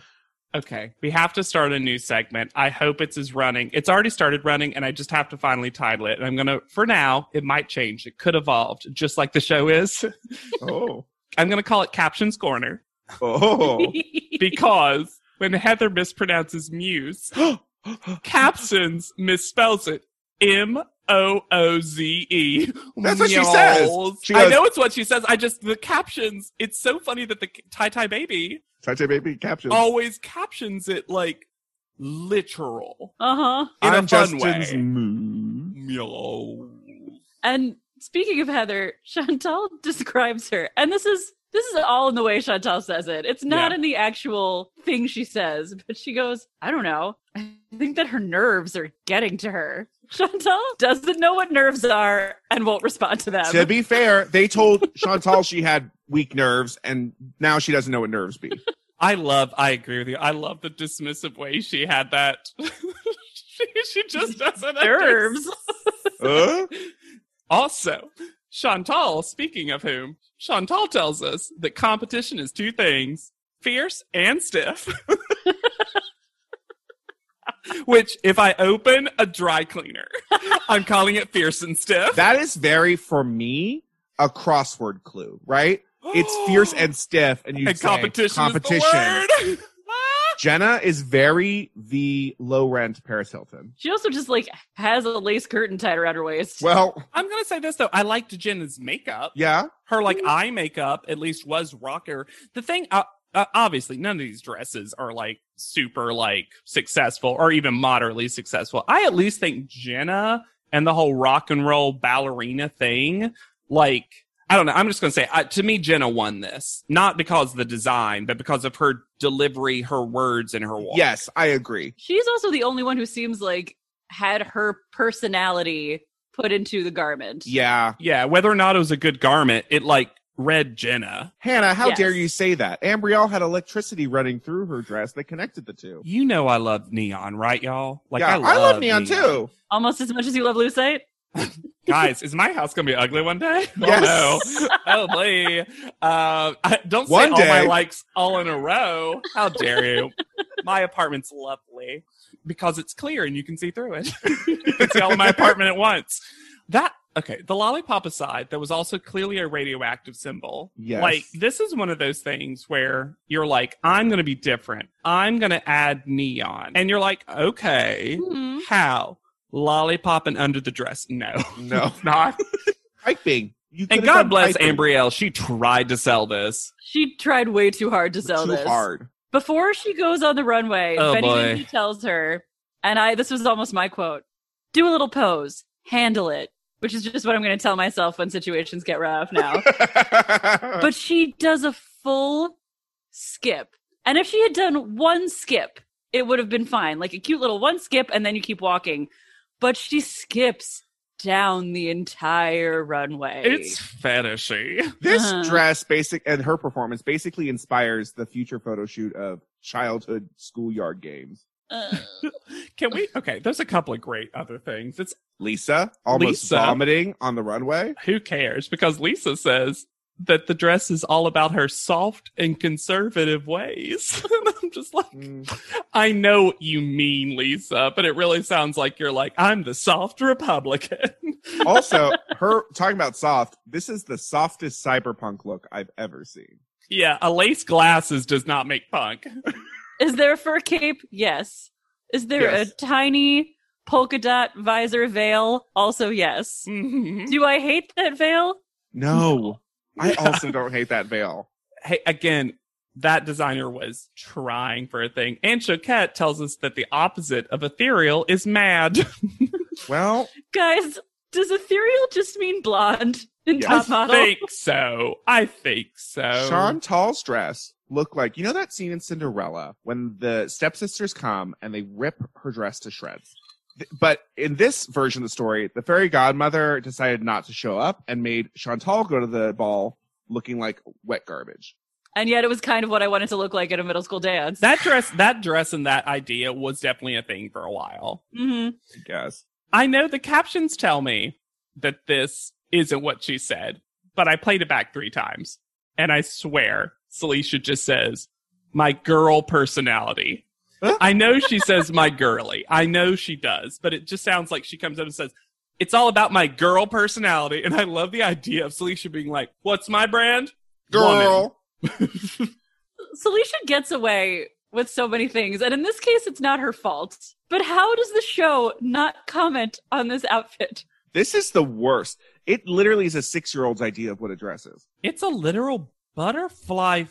Speaker 4: Okay. We have to start a new segment. I hope it's is running. It's already started running, and I just have to finally title it. And I'm gonna for now, it might change. It could evolve, just like the show is.
Speaker 3: Oh,
Speaker 4: I'm gonna call it Captions Corner
Speaker 3: oh.
Speaker 4: because when Heather mispronounces muse, captions misspells it. M O O Z E.
Speaker 3: That's what she says. She
Speaker 4: I
Speaker 3: goes-
Speaker 4: know it's what she says. I just the captions. It's so funny that the Tie Tie Baby
Speaker 3: Touch it, baby. Captions.
Speaker 4: always captions it like literal
Speaker 2: Uh huh.
Speaker 4: in
Speaker 3: I'm
Speaker 4: a fun
Speaker 3: Justin's
Speaker 4: way.
Speaker 3: mood.
Speaker 4: Meow.
Speaker 2: And speaking of Heather, Chantal describes her, and this is this is all in the way Chantal says it. It's not
Speaker 4: Yeah.
Speaker 2: in the actual thing she says, but she goes, "I don't know. I think that her nerves are getting to her." Chantal doesn't know what nerves are and won't respond to them.
Speaker 3: To be fair, they told Chantal she had weak nerves, and now she doesn't know what nerves be.
Speaker 4: I love. I agree with you. I love the dismissive way she had that. she, she just doesn't
Speaker 2: Nerves.
Speaker 3: Huh?
Speaker 4: understand. Also, Chantal. Speaking of whom, Chantal tells us that competition is two things: fierce and stiff. Which, if I open a dry cleaner, I'm calling it fierce and stiff.
Speaker 3: That is very, for me, a crossword clue, right? It's fierce and stiff, and you
Speaker 4: and
Speaker 3: say
Speaker 4: competition. Is
Speaker 3: competition.
Speaker 4: the word.
Speaker 3: Jenna is very the low rent Paris Hilton.
Speaker 2: She also just like has a lace curtain tied around her waist.
Speaker 3: Well,
Speaker 4: I'm gonna say this though. I liked Jenna's makeup.
Speaker 3: yeah.
Speaker 4: Her like eye makeup at least was rocker. The thing, uh, uh, obviously, none of these dresses are like super like successful or even moderately successful. I at least think Jenna and the whole rock and roll ballerina thing, like. I don't know. I'm just going to say, uh, to me, Jenna won this, not because of the design, but because of her delivery, her words, and her walk.
Speaker 3: Yes, I agree.
Speaker 2: She's also the only one who seems like had her personality put into the garment.
Speaker 3: Yeah.
Speaker 4: Yeah, whether or not it was a good garment, it like read Jenna.
Speaker 3: Hannah, how
Speaker 2: Yes.
Speaker 3: dare you say that? Ambrielle had electricity running through her dress that connected the two.
Speaker 4: You know I love neon, right, y'all? Like
Speaker 3: yeah,
Speaker 4: I, love
Speaker 3: neon, too.
Speaker 2: Almost as much as you love Lucite.
Speaker 4: Guys, is my house gonna be ugly one day? Oh
Speaker 3: Yes.
Speaker 4: no! Oh boy! Uh, I, don't say
Speaker 3: One
Speaker 4: all my
Speaker 3: day.
Speaker 4: likes all in a row. How dare you? my apartment's lovely because it's clear and you can see through it. you can see all of my apartment at once. That okay? The lollipop aside, there was also clearly a radioactive symbol.
Speaker 3: Yes.
Speaker 4: Like this is one of those things where you're like, I'm gonna be different. I'm gonna add neon, and you're like, okay,
Speaker 2: Mhm.
Speaker 4: how? Lollipop and under the dress? No,
Speaker 3: No.
Speaker 4: it's not.
Speaker 3: Piping. You
Speaker 4: and
Speaker 3: could've
Speaker 4: God
Speaker 3: done
Speaker 4: bless
Speaker 3: piping.
Speaker 4: Ambrielle. She tried to sell this.
Speaker 2: She tried way too hard to sell
Speaker 3: Too
Speaker 2: this.
Speaker 3: hard.
Speaker 2: Before she goes on the runway,
Speaker 4: Oh,
Speaker 2: Benny
Speaker 4: boy.
Speaker 2: Benji tells her, and I this was almost my quote, do a little pose, handle it, which is just what I'm going to tell myself when situations get rough now. but she does a full skip. And if she had done one skip, it would have been fine. Like a cute little one skip and then you keep walking. But she skips down the entire runway.
Speaker 4: It's fetishy.
Speaker 3: this
Speaker 2: Uh-huh.
Speaker 3: dress basic and her performance basically inspires the future photo shoot of childhood schoolyard games.
Speaker 2: Uh,
Speaker 4: Can we? Okay, there's a couple of great other things. It's
Speaker 3: Lisa almost
Speaker 4: Lisa.
Speaker 3: vomiting on the runway.
Speaker 4: who cares because Lisa says that the dress is all about her soft and conservative ways. and I'm just like,
Speaker 3: Mm.
Speaker 4: I know what you mean, Lisa, but it really sounds like you're like, I'm the soft Republican.
Speaker 3: also, her talking about soft, this is the softest cyberpunk look I've ever seen.
Speaker 4: yeah, a lace glasses does not make punk.
Speaker 2: Is there a fur cape? Yes. Is there
Speaker 3: Yes.
Speaker 2: a tiny polka dot visor veil? Also, yes.
Speaker 4: Mhm.
Speaker 2: Do I hate that veil?
Speaker 3: No. I also don't hate that veil.
Speaker 4: hey, again, that designer was trying for a thing. And Choquette tells us that the opposite of ethereal is mad.
Speaker 3: Well,
Speaker 2: Guys, does ethereal just mean blonde in
Speaker 3: Yes.
Speaker 2: top
Speaker 4: I
Speaker 2: model?
Speaker 4: think so. I think so.
Speaker 3: Chantal's dress looked like you know that scene in Cinderella when the stepsisters come and they rip her dress to shreds. Th- But in this version of the story, the fairy godmother decided not to show up and made Chantal go to the ball looking like wet garbage.
Speaker 2: And yet it was kind of what I wanted to look like at a middle school dance.
Speaker 4: That dress, that dress, and that idea was definitely a thing for a while.
Speaker 2: hmm
Speaker 3: I guess.
Speaker 4: I know the captions tell me that this isn't what she said, but I played it back three times, and I swear, Celicia just says, "My girl personality."
Speaker 3: Huh?
Speaker 4: I know she says "my girly." I know she does, but it just sounds like she comes up and says, "It's all about my girl personality." And I love the idea of Celicia being like, "What's my brand?" Woman.
Speaker 3: Girl.
Speaker 2: Celicia gets away with so many things. And in this case, it's not her fault. But how does the show not comment on this outfit?
Speaker 3: This is the worst. It literally is a six year old's idea of what a dress is.
Speaker 4: It's a literal butterfly,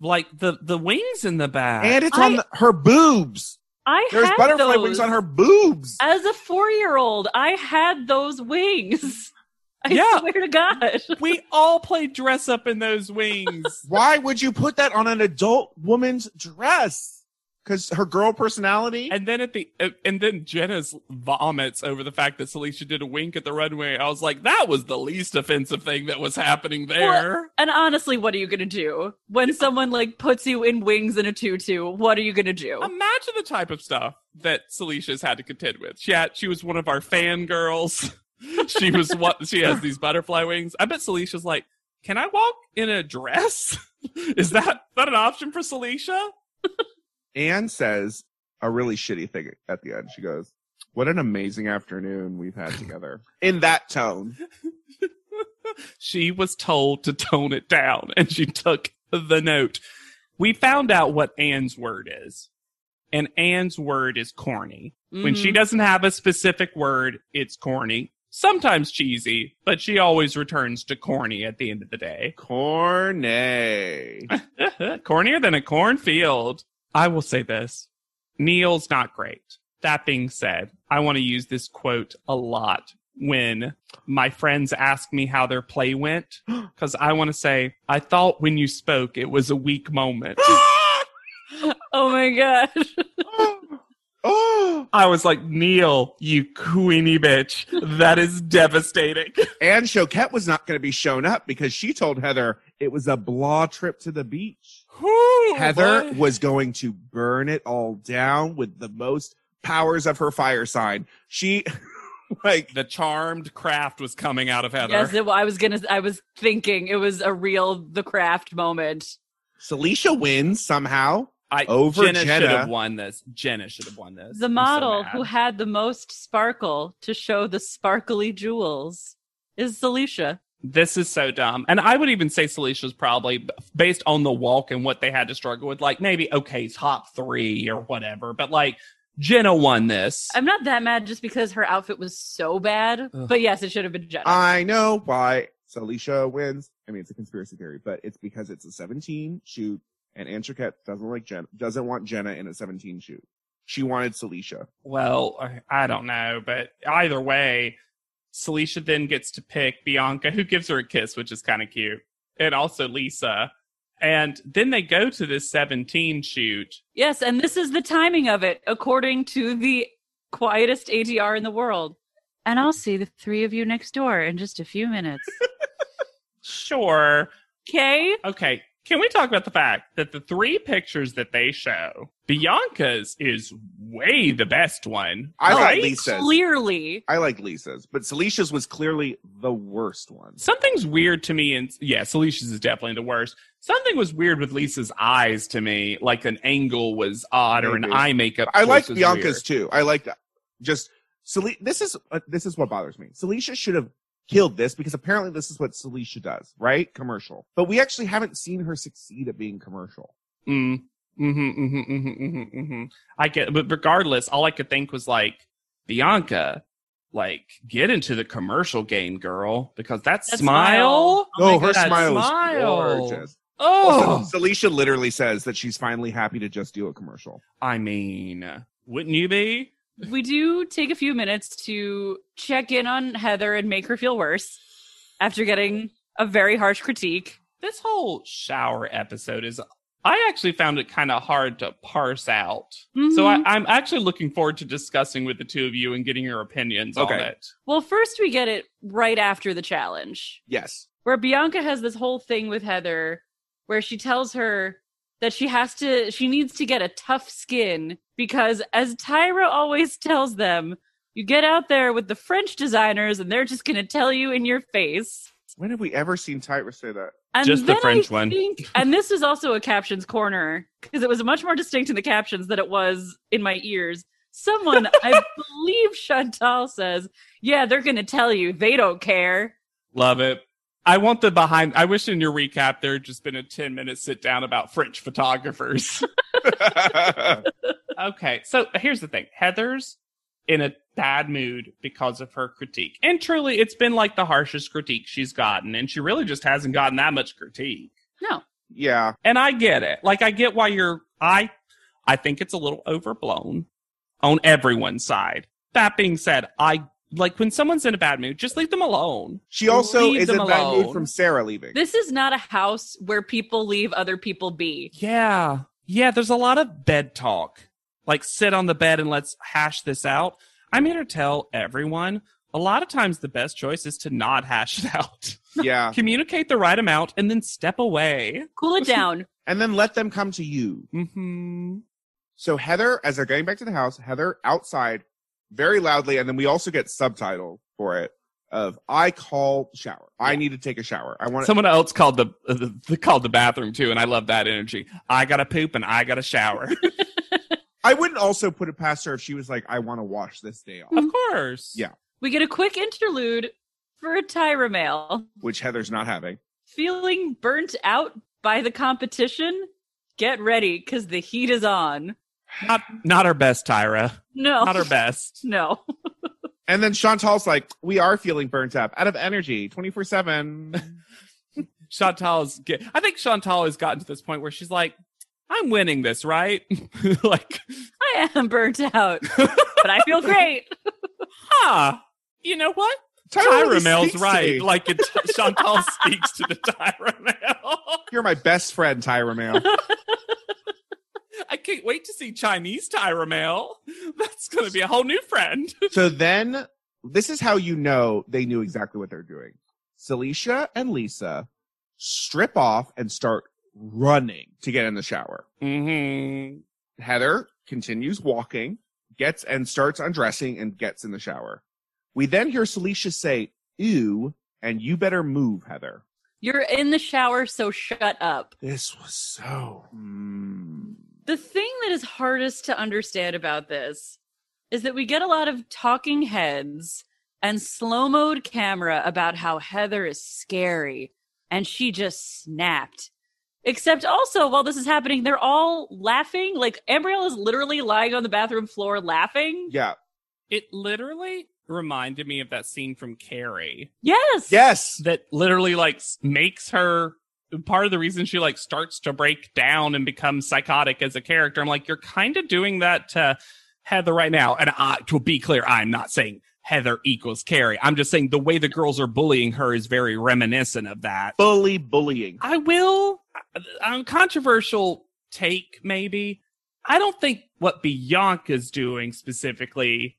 Speaker 4: like the the wings in the back.
Speaker 3: And it's on
Speaker 2: I-
Speaker 3: the, her boobs.
Speaker 2: I
Speaker 3: There's
Speaker 2: had
Speaker 3: butterfly
Speaker 2: those.
Speaker 3: wings on her boobs.
Speaker 2: As a four year old, I had those wings. I
Speaker 4: Yeah.
Speaker 2: swear to God.
Speaker 4: we all play dress up in those wings.
Speaker 3: Why would you put that on an adult woman's dress? Because her girl personality.
Speaker 4: and then at the uh, and then Jenna's vomits over the fact that Celicia did a wink at the runway. I was like, that was the least offensive thing that was happening there.
Speaker 2: And honestly, what are you going to do when someone like puts you in wings in a tutu? What are you going to do?
Speaker 3: Um,
Speaker 4: Imagine the type of stuff that Celicia's had to contend with. She had, she was one of our fangirls. she was what she has these butterfly wings. I bet Celicia's like, can I walk in a dress? Is that that an option for Celicia?
Speaker 3: Anne says a really shitty thing at the end. She goes, What an amazing afternoon we've had together. In that tone.
Speaker 4: she was told to tone it down and she took the note. We found out what Anne's word is. and Anne's word is corny.
Speaker 2: Mm-hmm.
Speaker 4: When she doesn't have a specific word, it's corny. Sometimes cheesy, but she always returns to corny at the end of the day.
Speaker 3: Corny.
Speaker 4: Cornier than a cornfield. I will say this Neil's not great. That being said, I want to use this quote a lot when my friends ask me how their play went, because I want to say, I thought when you spoke it was a weak moment.
Speaker 2: Oh my god.
Speaker 3: oh,
Speaker 4: I was like, Neil, you queenie bitch. That is devastating.
Speaker 3: and Choquette was not going to be shown up because she told Heather it was a blah trip to the beach. Heather was going to burn it all down with the most powers of her fire sign. She, like,
Speaker 4: The charmed craft was coming out of Heather.
Speaker 2: Yes, it, I was gonna. I was thinking it was a real the craft moment.
Speaker 3: Celicia wins somehow.
Speaker 4: I,
Speaker 3: Over
Speaker 4: Jenna,
Speaker 3: Jenna.
Speaker 4: should have won this. Jenna should have won this.
Speaker 2: The
Speaker 4: I'm so
Speaker 2: model
Speaker 4: mad.
Speaker 2: who had the most sparkle to show the sparkly jewels is Celicia.
Speaker 4: this is so dumb. And I would even say Celicia's probably b- based on the walk and what they had to struggle with, like maybe okay, top three or whatever. But like Jenna won this.
Speaker 2: I'm not that mad just because her outfit was so bad,
Speaker 4: Ugh. Uh,
Speaker 2: but yes, it should have been Jenna.
Speaker 3: I know why Celicia wins. I mean, it's a conspiracy theory, but it's because it's a 17 shoot, and Anne Choquette doesn't like Jenna, doesn't want Jenna in a 17 shoot. She wanted Celicia.
Speaker 4: well, I- I don't know, but either way, Celicia then gets to pick Bianca, who gives her a kiss, which is kind of cute, and also Lisa. And then they go to this 17 shoot.
Speaker 2: yes, and this is the timing of it, according to the quietest ADR in the world. And I'll see the three of you next door in just a few minutes.
Speaker 4: Sure.
Speaker 2: Okay.
Speaker 4: Okay, can we talk about the fact that the three pictures that they show, Bianca's is way the best one.
Speaker 3: I
Speaker 4: right?
Speaker 3: like Lisa's.
Speaker 2: Clearly.
Speaker 3: I like Lisa's, but Celicia's was clearly the worst one.
Speaker 4: Something's weird to me, and yeah, Celicia's is definitely the worst. Something was weird with Lisa's eyes to me, like an angle was odd or an
Speaker 3: Maybe.
Speaker 4: eye makeup.
Speaker 3: I like
Speaker 4: choice was
Speaker 3: Bianca's too. I like just Celi- This is uh, this is what bothers me. Celicia should have killed this because apparently this is what Celicia does, right? Commercial. But we actually haven't seen her succeed at being commercial.
Speaker 4: weird. Mm, mhm, mhm, mhm, mhm, mhm. I get, but regardless, all I could think was like Bianca. Like, get into the commercial game, girl, because that,
Speaker 2: That
Speaker 4: smile.
Speaker 2: smile.
Speaker 3: No,
Speaker 4: Oh my
Speaker 3: her
Speaker 4: God,
Speaker 3: smile, Oh
Speaker 4: smile.
Speaker 3: is gorgeous.
Speaker 4: Oh,
Speaker 3: Also, Celicia literally says that she's finally happy to just do a commercial.
Speaker 4: I mean, wouldn't you be?
Speaker 2: We do take a few minutes to check in on Heather and make her feel worse after getting a very harsh critique.
Speaker 4: This whole shower episode is. I actually found it kind of hard to parse out. So I,
Speaker 2: Mhm.
Speaker 4: I'm actually looking forward to discussing with the two of you and getting your opinions on
Speaker 3: Okay.
Speaker 4: it.
Speaker 2: well, first we get it right after the challenge.
Speaker 3: Yes.
Speaker 2: where Bianca has this whole thing with Heather where she tells her that she has to she needs to get a tough skin because as Tyra always tells them, you get out there with the French designers and they're just going to tell you in your face.
Speaker 3: When have we ever seen Tyra say that?
Speaker 2: And
Speaker 4: Just the
Speaker 2: then I
Speaker 4: French one.
Speaker 2: think- and this is also a captions corner because it was much more distinct in the captions than it was in my ears. Someone, I believe Chantal says, yeah, they're going to tell you. They don't care.
Speaker 4: Love it. I want the behind. I wish in your recap there had just been a 10 minute sit down about French photographers. okay. So here's the thing Heather's in a bad mood because of her critique. And truly, it's been like the harshest critique she's gotten. And she really just hasn't gotten that much critique.
Speaker 3: yeah.
Speaker 4: And I get it. Like I get why you're I I think it's a little overblown on everyone's side. That being said, I like when someone's in a bad mood, just leave them alone.
Speaker 3: She also
Speaker 4: Leave
Speaker 3: is in
Speaker 4: them
Speaker 3: that mood
Speaker 4: alone.
Speaker 3: from Sarah leaving.
Speaker 2: This is not a house where people leave other people be.
Speaker 4: Yeah. Yeah, there's a lot of bed talk. Like sit on the bed and let's hash this out. I'm here to tell everyone a lot of times the best choice is to not hash it out.
Speaker 3: yeah.
Speaker 4: Communicate the right amount and then step away.
Speaker 2: Cool it down.
Speaker 3: And then let them come to you.
Speaker 4: Mm-hmm.
Speaker 3: So Heather, as they're getting back to the house, Heather outside very loudly, and then we also get subtitle for it of "I call shower. I need to take a shower. I want." to
Speaker 4: Someone else called the, uh, the called the bathroom too, and I love that energy. I gotta poop and I gotta shower.
Speaker 3: I wouldn't also put it past her if she was like, "I want to wash this day off,"
Speaker 4: of course.
Speaker 3: Yeah.
Speaker 2: We get a quick interlude for a Tyra male.
Speaker 4: Mm-hmm.
Speaker 3: which Heather's not having.
Speaker 2: Feeling burnt out by the competition? Get ready, because the heat is on.
Speaker 4: Not not our best, Tyra.
Speaker 2: No.
Speaker 4: Not our best.
Speaker 2: no.
Speaker 3: And then Chantal's like, we are feeling burnt up, out of energy, 24 7.
Speaker 4: Chantal's. Get, I think Chantal has gotten to this point where she's like, "I'm winning this, right? like,
Speaker 2: I am burnt out, but I feel great.
Speaker 4: huh? You know what? Tyra Mel's right. Like it, Chantal speaks to the Tyra Mel.
Speaker 3: You're my best friend, Tyra Mel.
Speaker 4: I can't wait to see Chinese Tyra Mel. That's going to be a whole new friend.
Speaker 3: so then, this is how you know they knew exactly what they're doing. Celicia and Lisa strip off and start running to get in the shower.
Speaker 4: Mm-hmm.
Speaker 3: Heather continues walking, gets and starts undressing and gets in the shower. We then hear Celicia say, Ew, and you better move, Heather.
Speaker 2: You're in the shower, so shut up.
Speaker 3: This was so. Mm.
Speaker 2: The thing that is hardest to understand about this is that we get a lot of talking heads and slow mode camera about how Heather is scary and she just snapped. Except also, while this is happening, they're all laughing. Like, Ambrielle is literally lying on the bathroom floor laughing.
Speaker 3: Yeah.
Speaker 4: It literally reminded me of that scene from Carrie
Speaker 2: Yes.
Speaker 3: Yes.
Speaker 4: that literally like s- makes her part of the reason she like starts to break down and become psychotic as a character. I'm like, you're kind of doing that to Heather right now. And I, to be clear, I'm not saying Heather equals Carrie. I'm just saying the way the girls are bullying her is very reminiscent of that.
Speaker 3: Fully bullying.
Speaker 4: I will. I'm controversial take maybe. I don't think what Bianca's doing specifically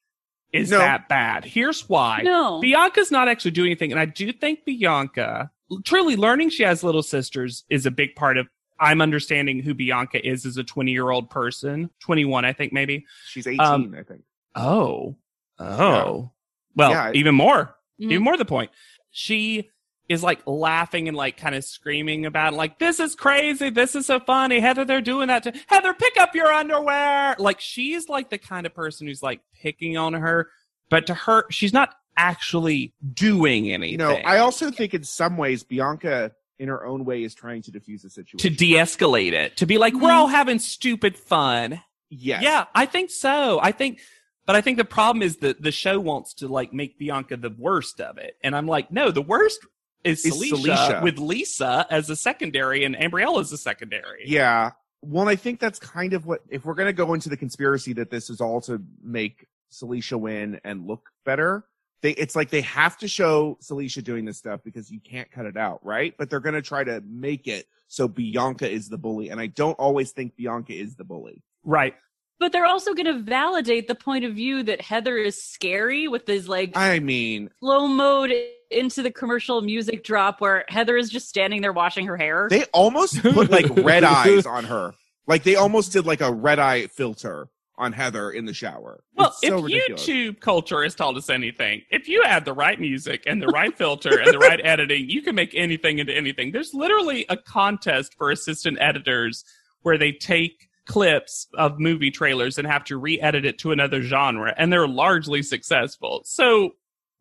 Speaker 4: is
Speaker 3: No.
Speaker 4: that bad. Here's why.
Speaker 2: No.
Speaker 4: Bianca's not actually doing anything, and I do think Bianca truly learning she has little sisters is a big part of. I'm understanding who Bianca is as a 20 year old person, 21, I think maybe.
Speaker 3: She's 18,
Speaker 4: Um,
Speaker 3: I think.
Speaker 4: Oh, oh, well,
Speaker 3: Yeah, I-
Speaker 4: even more
Speaker 2: Mhm.
Speaker 4: even more to the point she is like laughing and like kind of screaming about like this is crazy this is so funny heather they're doing that to heather pick up your underwear like she's like the kind of person who's like picking on her but to her she's not actually doing anything
Speaker 3: You know, I also think in some ways, Bianca, in her own way, is trying to diffuse the
Speaker 4: to
Speaker 3: situation.
Speaker 4: de-escalate it to be like we're all having stupid fun
Speaker 3: yes.
Speaker 4: Yeah, I think so. I think, but I think the problem is that the show wants to like make Bianca the worst of it, and I'm like, no, the worst is
Speaker 3: Is
Speaker 4: Celicia,
Speaker 3: Celicia.
Speaker 4: with Lisa as a secondary and Ambriella as a secondary.
Speaker 3: Yeah. Well, I think that's kind of what, if we're going to go into the conspiracy that this is all to make Celicia win and look better, they, it's like they have to show Celicia doing this stuff because you can't cut it out, right? But they're going to try to make it so Bianca is the bully. And I don't always think Bianca is the bully.
Speaker 4: right.
Speaker 2: But they're also going to validate the point of view that Heather is scary with these like
Speaker 3: I mean,
Speaker 2: slow mode into the commercial music drop where Heather is just standing there washing her hair.
Speaker 3: they almost put like red eyes on her. Like they almost did like a red eye filter on Heather in the shower.
Speaker 4: Well,
Speaker 3: It's so
Speaker 4: if
Speaker 3: ridiculous.
Speaker 4: YouTube culture has taught us anything, if you add the right music and the right filter and the right editing, you can make anything into anything. There's literally a contest for assistant editors where they take clips of movie trailers and have to re edit it to another genre, and they're largely successful. So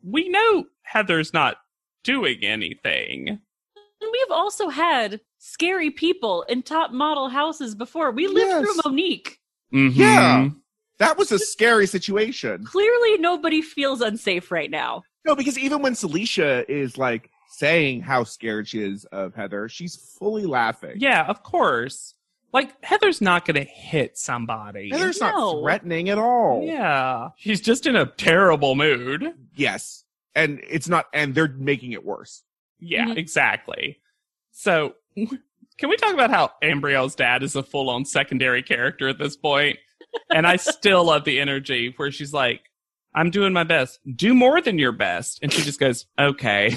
Speaker 4: we know Heather's not doing anything.
Speaker 2: And we've also had scary people in top model houses before. We lived
Speaker 3: Yes.
Speaker 2: through Monique.
Speaker 3: Yeah.
Speaker 4: Mm-hmm.
Speaker 3: that was a scary situation.
Speaker 2: Clearly, nobody feels unsafe right now.
Speaker 3: No, because even when Celicia is like saying how scared she is of Heather, she's fully laughing.
Speaker 4: Yeah, of course. Like, Heather's not going to hit somebody.
Speaker 3: Heather's
Speaker 2: No.
Speaker 3: not threatening at all.
Speaker 4: Yeah. She's just in a terrible mood.
Speaker 3: Yes. And it's not, and they're making it worse.
Speaker 4: Yeah,
Speaker 3: Mm-hmm.
Speaker 2: Mhm.
Speaker 4: exactly. So, can we talk about how Ambrielle's dad is a full on secondary character at this point? And I still love the energy where she's like, I'm doing my best. Do more than your best. And she just goes, okay.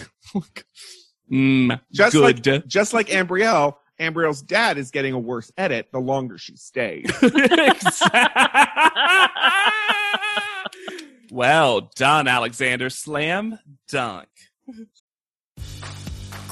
Speaker 4: mm,
Speaker 3: Just
Speaker 4: good.
Speaker 3: Just like Ambrielle, Ambrielle's dad is getting a worse edit the longer she stays.
Speaker 4: well done, Alexander. Slam dunk.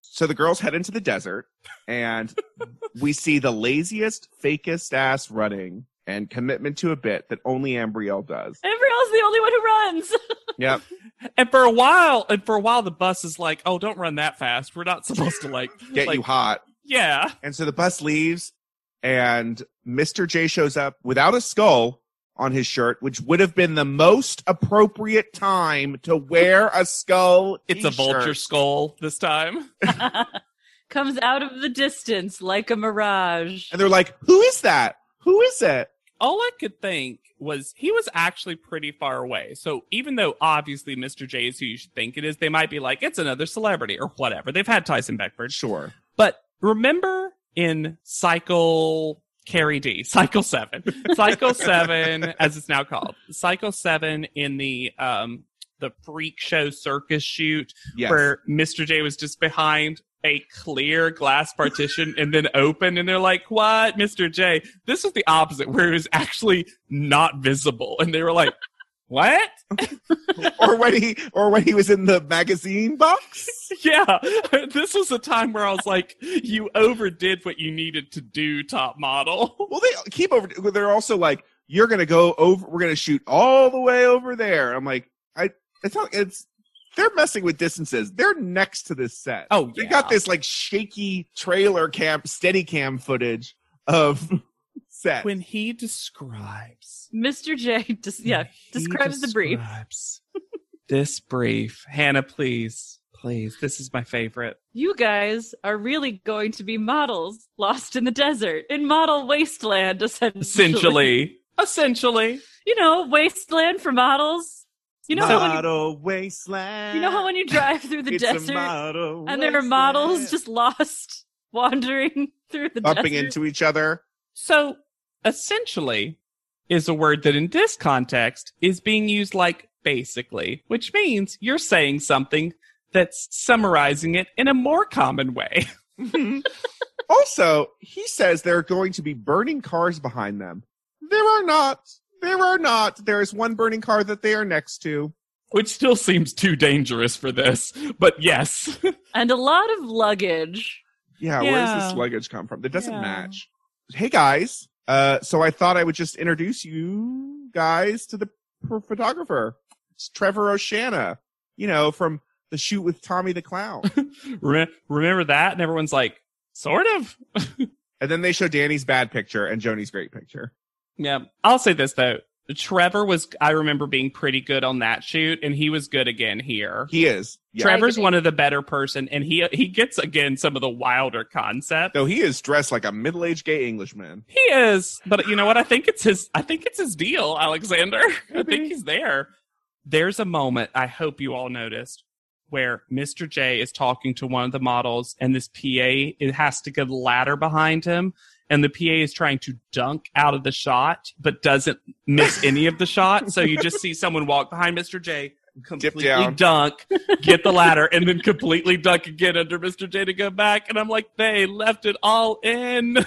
Speaker 3: So the girls head into the desert and we see the laziest, fakest ass running and commitment to a bit that only Ambrielle does.
Speaker 2: Everyone's the only one who runs.
Speaker 3: Yep.
Speaker 4: And for a while, and for a while, the bus is like, "Oh, don't run that fast. We're not supposed to like
Speaker 3: Get
Speaker 4: like,
Speaker 3: you hot.
Speaker 4: Yeah,
Speaker 3: And so the bus leaves and Mr. J shows up without a skull on his shirt, which would have been the most appropriate time to wear a skull.
Speaker 4: it's a vulture
Speaker 3: t-shirt.
Speaker 4: skull this time.
Speaker 2: Comes out of the distance like a mirage.
Speaker 3: And they're like, who is that? Who is it?
Speaker 4: all I could think was he was actually pretty far away. So even though obviously Mr. J is who you should think it is, they might be like, it's another celebrity or whatever. They've had Tyson Beckford.
Speaker 3: Sure.
Speaker 4: But remember in Cycle Carrie D, Cycle 7, Cycle 7, as it's now called, Cycle 7 in the, um, the freak show circus shoot
Speaker 3: Yes.
Speaker 4: where Mr. J was just behind a clear glass partition and then open, and they're like, "What, Mr. J?" This is the opposite, where it was actually not visible, and they were like, "What?"
Speaker 3: or when he or when he was in the magazine box.
Speaker 4: Yeah, this was a time where I was like, "You overdid what you needed to do, top model."
Speaker 3: Well, they keep over. They're also like, you're gonna go over. We're gonna shoot all the way over there. I'm like, I. It's not. It's. They're messing with distances. They're next to this set.
Speaker 4: Oh,
Speaker 3: They
Speaker 4: yeah.
Speaker 3: got this like shaky trailer camp, steady cam footage of set.
Speaker 4: When he describes,
Speaker 2: Mr. J just yeah,
Speaker 4: he
Speaker 2: describes the brief.
Speaker 4: describes This brief, Hannah, please, please. This is my favorite.
Speaker 2: You guys are really going to be models lost in the desert, in model wasteland, essentially.
Speaker 4: Essentially, essentially.
Speaker 2: You know, wasteland for models. You know, how when
Speaker 3: model
Speaker 2: you,
Speaker 3: wasteland.
Speaker 2: you know how when you drive through the
Speaker 3: it's a
Speaker 2: desert
Speaker 3: model
Speaker 2: and there are
Speaker 3: wasteland.
Speaker 2: models just lost wandering through the
Speaker 3: bumping
Speaker 2: desert.
Speaker 3: into each other.
Speaker 4: So essentially is a word that in this context is being used like basically, which means you're saying something that's summarizing it in a more common way.
Speaker 3: Also, he says there are going to be burning cars behind them. There are not. There are not. There is one burning car that they are next to.
Speaker 4: Which still seems too dangerous for this, but yes.
Speaker 2: and a lot of luggage.
Speaker 3: Yeah, where does
Speaker 4: Yeah.
Speaker 3: this luggage come from? That doesn't
Speaker 4: Yeah.
Speaker 3: match. Hey guys. Uh, so I thought I would just introduce you guys to the pr- photographer. It's Trevor O'Shanna, you know, from the shoot with Tommy the Clown.
Speaker 4: Re- remember that? And everyone's like, sort of.
Speaker 3: and then they show Danny's bad picture and Joni's great picture.
Speaker 4: Yeah. I'll say this though. Trevor was, I remember being pretty good on that shoot, and he was good again here.
Speaker 3: He is. Yeah.
Speaker 4: Trevor's
Speaker 2: agree.
Speaker 4: one of the better person, and he he gets again some of the wilder concepts.
Speaker 3: Though he is dressed like a middle-aged gay Englishman.
Speaker 4: He is, but you know what? I think it's his. I think it's his deal, Alexander. I think he's there. There's a moment I hope you all noticed where Mr. J is talking to one of the models, and this PA it has to get a ladder behind him, and the PA is trying to dunk out of the shot, but doesn't miss any of the shot. So you just see someone walk behind Mr. J. Completely
Speaker 3: down.
Speaker 4: dunk, get the ladder, and then completely dunk again under Mr. J to go back. And I'm like, they left it all in.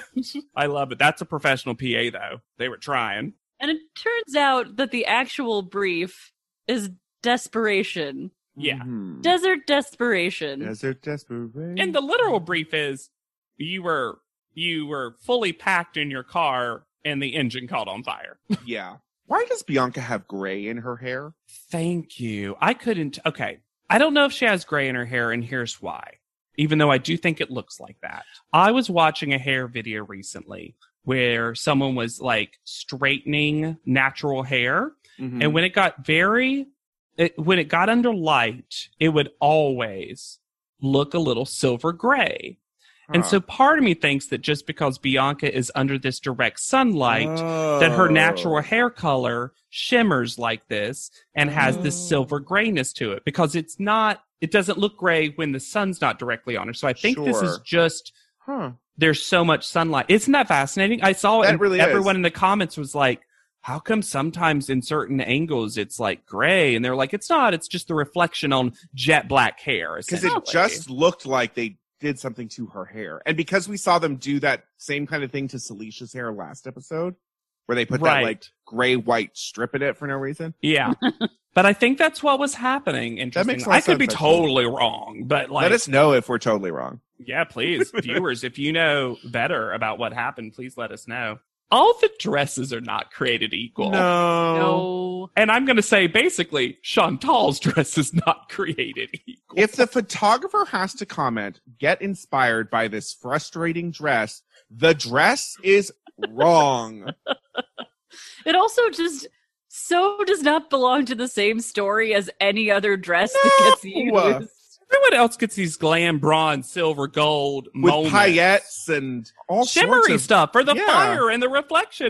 Speaker 4: I love it. That's a professional PA though. They were trying.
Speaker 2: And it turns out that the actual brief is desperation.
Speaker 4: Yeah.
Speaker 3: Mhm.
Speaker 2: Desert desperation.
Speaker 3: Desert desperation.
Speaker 4: And the literal brief is you were you were fully packed in your car and the engine caught on fire.
Speaker 3: Mm-hmm. yeah. Why does Bianca have gray in her hair?
Speaker 4: Thank you. I couldn't okay. I don't know if she has gray in her hair, and here's why. Even though I do think it looks like that. I was watching a hair video recently where someone was like straightening natural hair
Speaker 3: Mm-hmm. Hmm.
Speaker 4: and when it got very it, when it got under light it would always look a little silver gray and so part of me thinks that just because bianca is under this direct sunlight that
Speaker 3: Oh.
Speaker 4: her natural hair color shimmers like this and has this silver grayness to it because it's not it doesn't look gray when the sun's not directly on her so i think this is
Speaker 3: Sure.
Speaker 4: just
Speaker 3: Huh.
Speaker 4: there's so much sunlight. Isn't that fascinating? I saw it.
Speaker 3: That
Speaker 4: and
Speaker 3: really is.
Speaker 4: everyone in the comments was like, how come sometimes in certain angles it's like gray? And they're like, it's not. It's just the reflection on jet black hair.
Speaker 3: because it
Speaker 4: essentially.
Speaker 3: just looked like they did something to her hair. And because we saw them do that same kind of thing to Celicia's hair last episode, where they put that
Speaker 4: Right.
Speaker 3: like gray white strip in it for no reason.
Speaker 4: Yeah. but I think that's what was happening. Interesting.
Speaker 3: makes a lot
Speaker 4: I
Speaker 3: of
Speaker 4: could be
Speaker 3: sense, actually.
Speaker 4: totally wrong, but like,
Speaker 3: Let us know if we're totally wrong.
Speaker 4: yeah, please, viewers, if you know better about what happened, please let us know. All the dresses are not created equal.
Speaker 2: No.
Speaker 4: And I'm going to say basically, Chantal's dress is not created equal.
Speaker 3: If the photographer has to comment, get inspired by this frustrating dress. The dress is wrong.
Speaker 2: It also just so does not belong to the same story as any other dress that gets
Speaker 3: No.
Speaker 2: used.
Speaker 4: Everyone else gets these glam, bronze, silver, gold
Speaker 3: With
Speaker 4: moments.
Speaker 3: paillettes and all sorts
Speaker 4: shimmery
Speaker 3: of
Speaker 4: stuff for the
Speaker 3: Yeah.
Speaker 4: fire and the reflection.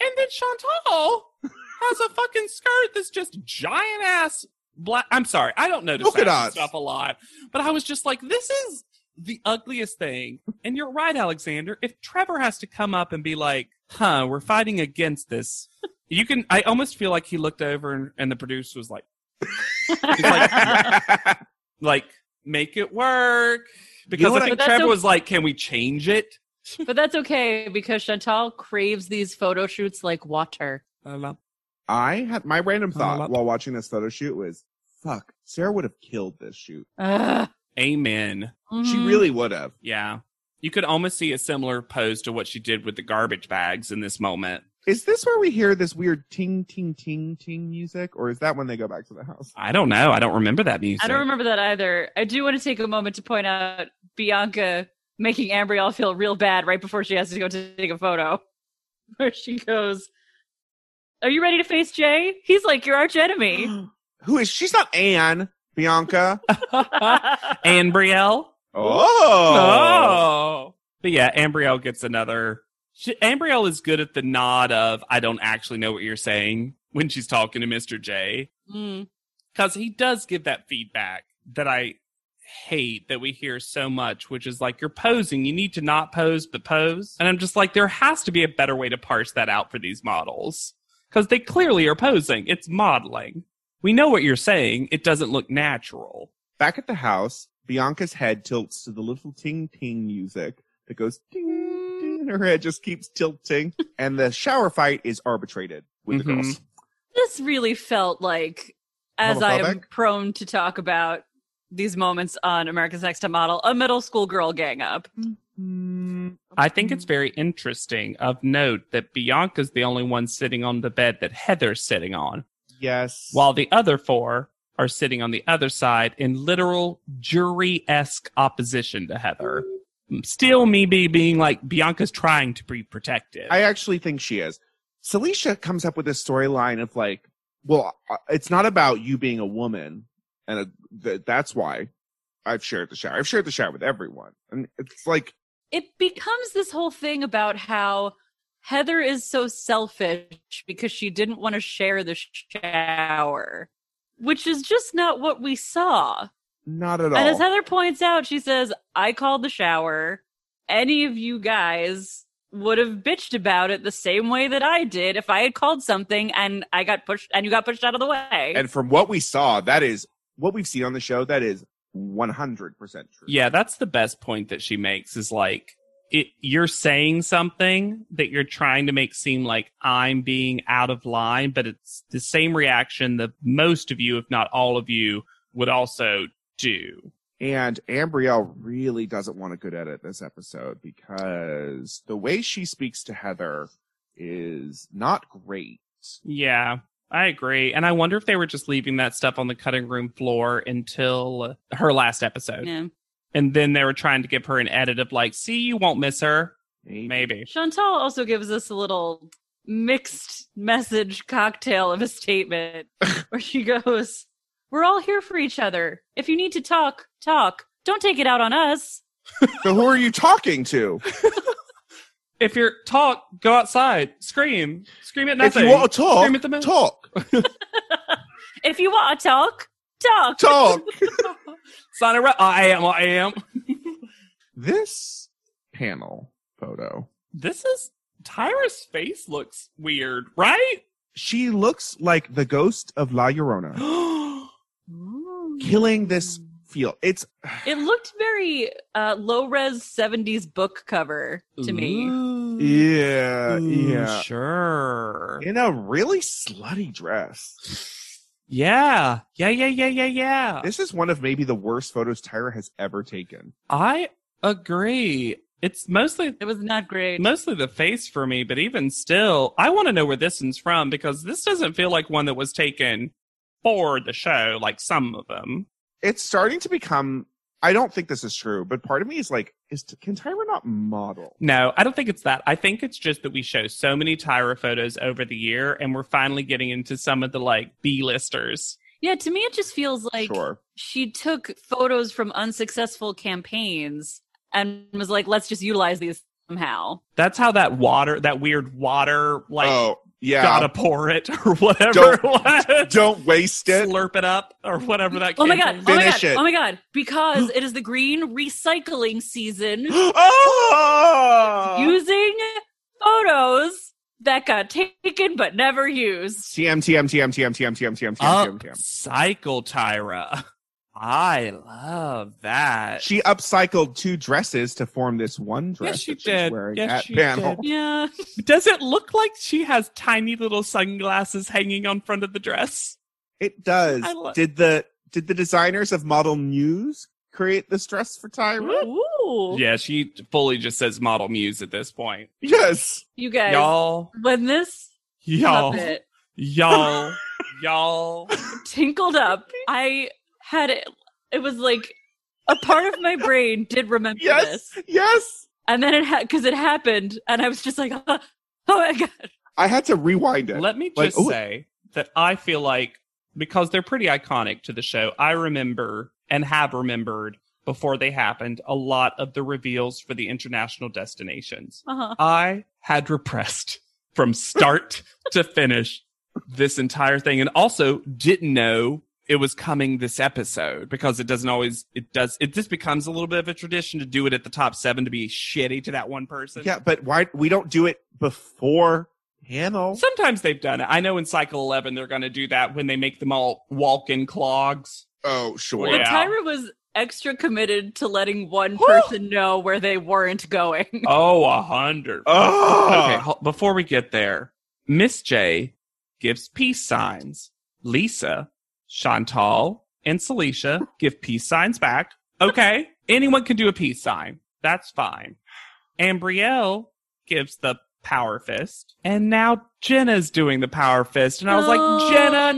Speaker 4: And then Chantal has a fucking skirt that's just giant ass black. I'm sorry, I don't notice
Speaker 3: Polka
Speaker 4: that
Speaker 3: dots.
Speaker 4: stuff a lot, but I was just like, this is the ugliest thing. And you're right, Alexander. If Trevor has to come up and be like, "Huh, we're fighting against this," you can. I almost feel like he looked over and, and the producer was like, It's like make it work because
Speaker 3: what
Speaker 4: I
Speaker 3: I-
Speaker 4: think
Speaker 2: But that's
Speaker 4: Trevor
Speaker 2: so-
Speaker 4: was like, "Can we change it?"
Speaker 2: But that's okay because Chantal craves these photo shoots like water.
Speaker 4: I don't know.
Speaker 3: I had my random thought
Speaker 4: love-
Speaker 3: while watching this photo shoot was, "Fuck, Sarah would have killed this shoot.
Speaker 2: Ugh.
Speaker 4: Amen.
Speaker 3: She
Speaker 2: Mhm.
Speaker 3: really would have."
Speaker 4: Yeah. You could almost see a similar pose to what she did with the garbage bags in this moment.
Speaker 3: Is this where we hear this weird ting ting ting ting music, or is that when they go back to the house?
Speaker 4: I don't know. I don't remember that music.
Speaker 2: I don't remember that either. I do want to take a moment to point out Bianca making Ambrielle feel real bad right before she has to go to take a photo, where she goes, "Are you ready to face Jay? He's like your arch enemy."
Speaker 3: Who is she's not Anne Bianca?
Speaker 2: Mm.
Speaker 4: And Brielle?
Speaker 3: oh,
Speaker 4: Oh. But yeah, Ambrielle gets another. She, Ambrielle is good at the nod of, I don't actually know what you're saying when she's talking to Mr. J.
Speaker 2: Mm.
Speaker 4: Because he does give that feedback that I hate that we hear so much, which is like, you're posing. You need to not pose, but pose. And I'm just like, there has to be a better way to parse that out for these models. Because they clearly are posing. It's modeling. We know what you're saying. It doesn't look natural.
Speaker 3: back at the house, Bianca's head tilts to the little ting ting music that goes ting ting, and her head just keeps tilting. and the shower fight is arbitrated with the
Speaker 4: Mhm.
Speaker 3: girls.
Speaker 2: This really felt like, as I am
Speaker 3: Homophobic?
Speaker 2: prone to talk about these moments on America's Next Top Model, a middle school girl gang up.
Speaker 4: Mm-hmm. I think it's very interesting of note that Bianca's the only one sitting on the bed that Heather's sitting on,
Speaker 3: Yes.
Speaker 4: while the other four are sitting on the other side in literal jury esque opposition to Heather. Still, me be being like Bianca's trying to be protective.
Speaker 3: I actually think she is. Celicia comes up with this storyline of like, well, uh, it's not about you being a woman, and a, th- that's why I've shared the shower. I've shared the shower with everyone, and it's like,
Speaker 2: it becomes this whole thing about how Heather is so selfish because she didn't want to share the shower, which is just not what we saw.
Speaker 3: not at all.
Speaker 2: And as Heather points out, she says, I called the shower. Any of you guys would have bitched about it the same way that I did if I had called something and I got pushed and you got pushed out of the way.
Speaker 3: and from what we saw, that is what we've seen on the show. That is one hundred percent true.
Speaker 4: Yeah, that's the best point that she makes is like it, you're saying something that you're trying to make seem like I'm being out of line, but it's the same reaction that most of you, if not all of you, would also do.
Speaker 3: And Ambrielle really doesn't want a good edit this episode because the way she speaks to Heather is not great.
Speaker 4: Yeah, I agree. And I wonder if they were just leaving that stuff on the cutting room floor until her last episode.
Speaker 2: Yeah.
Speaker 4: And then they were trying to give her an edit of like, see, you won't miss her. Maybe.
Speaker 2: Chantal also gives us a little mixed message cocktail of a statement where she goes, We're all here for each other. If you need to talk, talk. Don't take it out on us.
Speaker 3: So who are you talking to?
Speaker 4: If you're talk, go outside, scream, scream at
Speaker 3: if
Speaker 4: nothing.
Speaker 3: you want to
Speaker 4: Scream at the
Speaker 3: talk,
Speaker 4: moon.
Speaker 3: talk.
Speaker 2: If you want to talk, talk.
Speaker 3: talk.
Speaker 4: Sign a re- I am. I am.
Speaker 3: this panel photo.
Speaker 4: This is Tyra's face looks weird, right?
Speaker 3: She looks like the ghost of La Llorona killing this field. It's
Speaker 2: It looked very uh, low res 70s book cover to me.
Speaker 4: Ooh.
Speaker 3: yeah,
Speaker 4: Ooh,
Speaker 3: yeah.
Speaker 4: Sure.
Speaker 3: In a really slutty dress.
Speaker 4: Yeah. Yeah, yeah, yeah, yeah, yeah.
Speaker 3: This is one of maybe the worst photos Tyra has ever taken.
Speaker 4: I agree. It's mostly
Speaker 2: It was not great.
Speaker 4: mostly the face for me, but even still, I want to know where this one's from because this doesn't feel like one that was taken for the show, like some of them.
Speaker 3: It's starting to become. I don't think this is true, but part of me is like, is can Tyra not model?
Speaker 4: No, I don't think it's that. I think it's just that we show so many Tyra photos over the year and we're finally getting into some of the like B listers.
Speaker 2: Yeah, to me, it just feels like
Speaker 3: sure.
Speaker 2: she took photos from unsuccessful campaigns and was like, let's just utilize these somehow.
Speaker 4: That's how that water, that weird water, like,
Speaker 3: oh yeah.
Speaker 4: gotta pour it or whatever it was.
Speaker 3: don't waste it.
Speaker 4: Slurp it up or whatever that
Speaker 2: Oh my god!
Speaker 4: campaign-
Speaker 2: Oh my god!
Speaker 3: Finish it.
Speaker 2: Oh my god! Because it is the green recycling season.
Speaker 3: oh.
Speaker 2: using photos that got taken but never used.
Speaker 3: TM TM TM TM TM TM TM TM TM.
Speaker 4: Upcycle Tyra. I love that.
Speaker 3: She upcycled two dresses to form this one dress
Speaker 4: she
Speaker 3: that she's
Speaker 4: did.
Speaker 3: wearing
Speaker 4: Yes,
Speaker 3: at
Speaker 4: she
Speaker 3: panel.
Speaker 4: did.
Speaker 2: Yeah.
Speaker 4: Does it look like she has tiny little sunglasses hanging on front of the dress?
Speaker 3: It does.
Speaker 4: I lo-
Speaker 3: did the did the designers of Model News create this dress for Tyra?
Speaker 2: Ooh.
Speaker 4: Yeah, she fully just says model muse at this point.
Speaker 3: Yes.
Speaker 2: You guys,
Speaker 4: Y'all,
Speaker 2: when this
Speaker 4: y'all,
Speaker 2: puppet
Speaker 4: y'all, y'all.
Speaker 2: tinkled up, I had it. It was like a part of my brain did remember
Speaker 3: Yes.
Speaker 2: this,
Speaker 3: Yes.
Speaker 2: and then it had because it happened, and I was just like, oh my god.
Speaker 3: I had to rewind it.
Speaker 4: Let me
Speaker 3: Like,
Speaker 4: just
Speaker 3: ooh.
Speaker 4: say that I feel like because they're pretty iconic to the show, I remember and have remembered before they happened a lot of the reveals for the international destinations.
Speaker 2: Uh-huh.
Speaker 4: I had repressed from start to finish this entire thing and also didn't know it was coming this episode because it doesn't always it does it just becomes a little bit of a tradition to do it at the top 7 to be shitty to that one person.
Speaker 3: yeah, but why we don't do it before panel?
Speaker 4: Sometimes they've done it. I know in Cycle 11 they're going to do that when they make them all walk in clogs.
Speaker 3: oh, sure.
Speaker 4: Well,
Speaker 2: But
Speaker 4: yeah.
Speaker 2: Tyra was extra committed to letting one person know where they weren't going.
Speaker 4: Oh, a hundred.
Speaker 3: Oh.
Speaker 4: Okay, hol- before we get there, Miss J gives peace signs. Lisa, Chantal, and Celicia give peace signs back. Okay, anyone can do a peace sign. That's fine. And Brielle gives the power fist. And now Jenna's doing the power fist. And I was
Speaker 2: No.
Speaker 4: like, Jenna,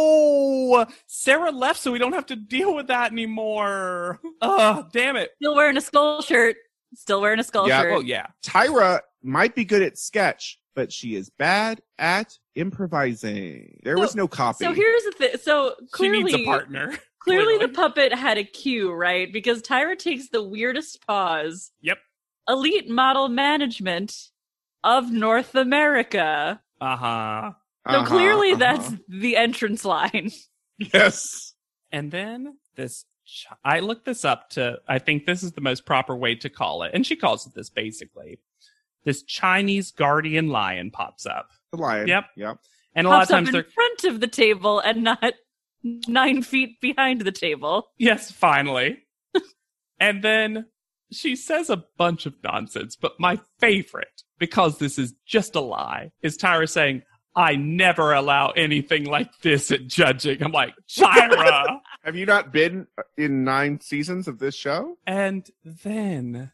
Speaker 4: no! Sarah left, so we don't have to deal with that anymore. Ugh, damn it.
Speaker 2: Still wearing a skull shirt. Still wearing a skull
Speaker 3: Yeah,
Speaker 2: shirt.
Speaker 4: Oh, yeah.
Speaker 3: Tyra might be good at sketch, but she is bad at improvising. There was
Speaker 2: So-
Speaker 3: no copy.
Speaker 2: So here's the thing. So
Speaker 4: she needs
Speaker 2: clearly,
Speaker 4: a partner.
Speaker 2: clearly the
Speaker 4: clearly.
Speaker 2: puppet had a cue, right? Because Tyra takes the weirdest pause.
Speaker 4: Yep.
Speaker 2: Elite model management of North America.
Speaker 4: Uh huh.
Speaker 2: So
Speaker 3: Uh-huh,
Speaker 2: clearly,
Speaker 3: uh-huh.
Speaker 2: that's the entrance line.
Speaker 3: yes.
Speaker 4: And then this, ch- I looked this up to, I think this is the most proper way to call it. And she calls it this basically. This Chinese guardian lion pops up.
Speaker 3: The lion.
Speaker 4: Yep.
Speaker 3: Yep.
Speaker 4: And a lot of
Speaker 2: Pops up
Speaker 4: times
Speaker 2: in
Speaker 4: they're,
Speaker 2: front of the table and not nine feet behind the table.
Speaker 4: yes, finally. and then she says a bunch of nonsense, but my favorite, because this is just a lie, is Tyra saying, I never allow anything like this at judging. I'm like, Tyra.
Speaker 3: Have you not been uh, in nine seasons of this show?
Speaker 4: and then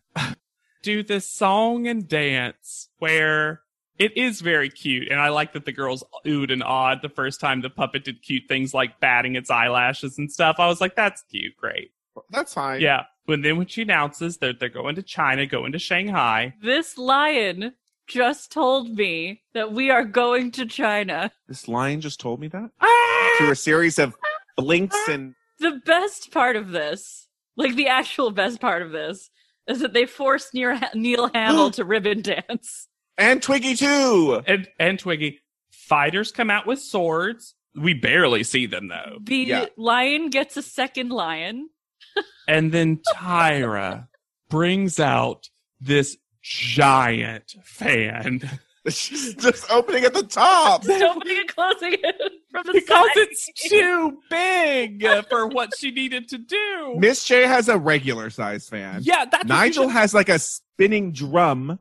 Speaker 4: do this song and dance where it is very cute and i like that the girls oohed and awed the first time the puppet did cute things like batting its eyelashes and stuff i was like that's cute great
Speaker 3: That's fine.
Speaker 4: yeah but then when she announces that they're going to china going to shanghai
Speaker 2: This lion just told me that we are going to China.
Speaker 3: This lion just told me that
Speaker 4: ah!
Speaker 3: through a series of blinks and
Speaker 2: the best part of this, like the actual best part of this, is that they forced Neil, Neil Hamill to ribbon dance.
Speaker 3: and Twiggy too.
Speaker 4: and, and twiggy fighters come out with swords we barely see them though
Speaker 2: The
Speaker 3: Yeah.
Speaker 2: lion gets a second lion.
Speaker 4: And then Tyra brings out this giant fan
Speaker 3: She's just opening at the top.
Speaker 2: Just opening and closing it from the
Speaker 4: because
Speaker 2: side.
Speaker 4: it's too big for what she needed to do.
Speaker 3: Miss J has a regular size fan.
Speaker 4: Yeah, that's what you
Speaker 3: Nigel
Speaker 4: should-
Speaker 3: has like a spinning drum,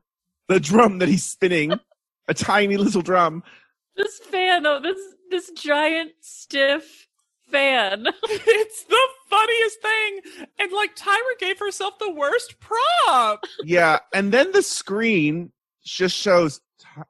Speaker 3: the drum that he's spinning, a tiny little drum.
Speaker 2: this fan though this this giant stiff fan
Speaker 4: it's the funniest thing. And like Tyra gave herself the worst prop.
Speaker 3: Yeah, and then the screen just shows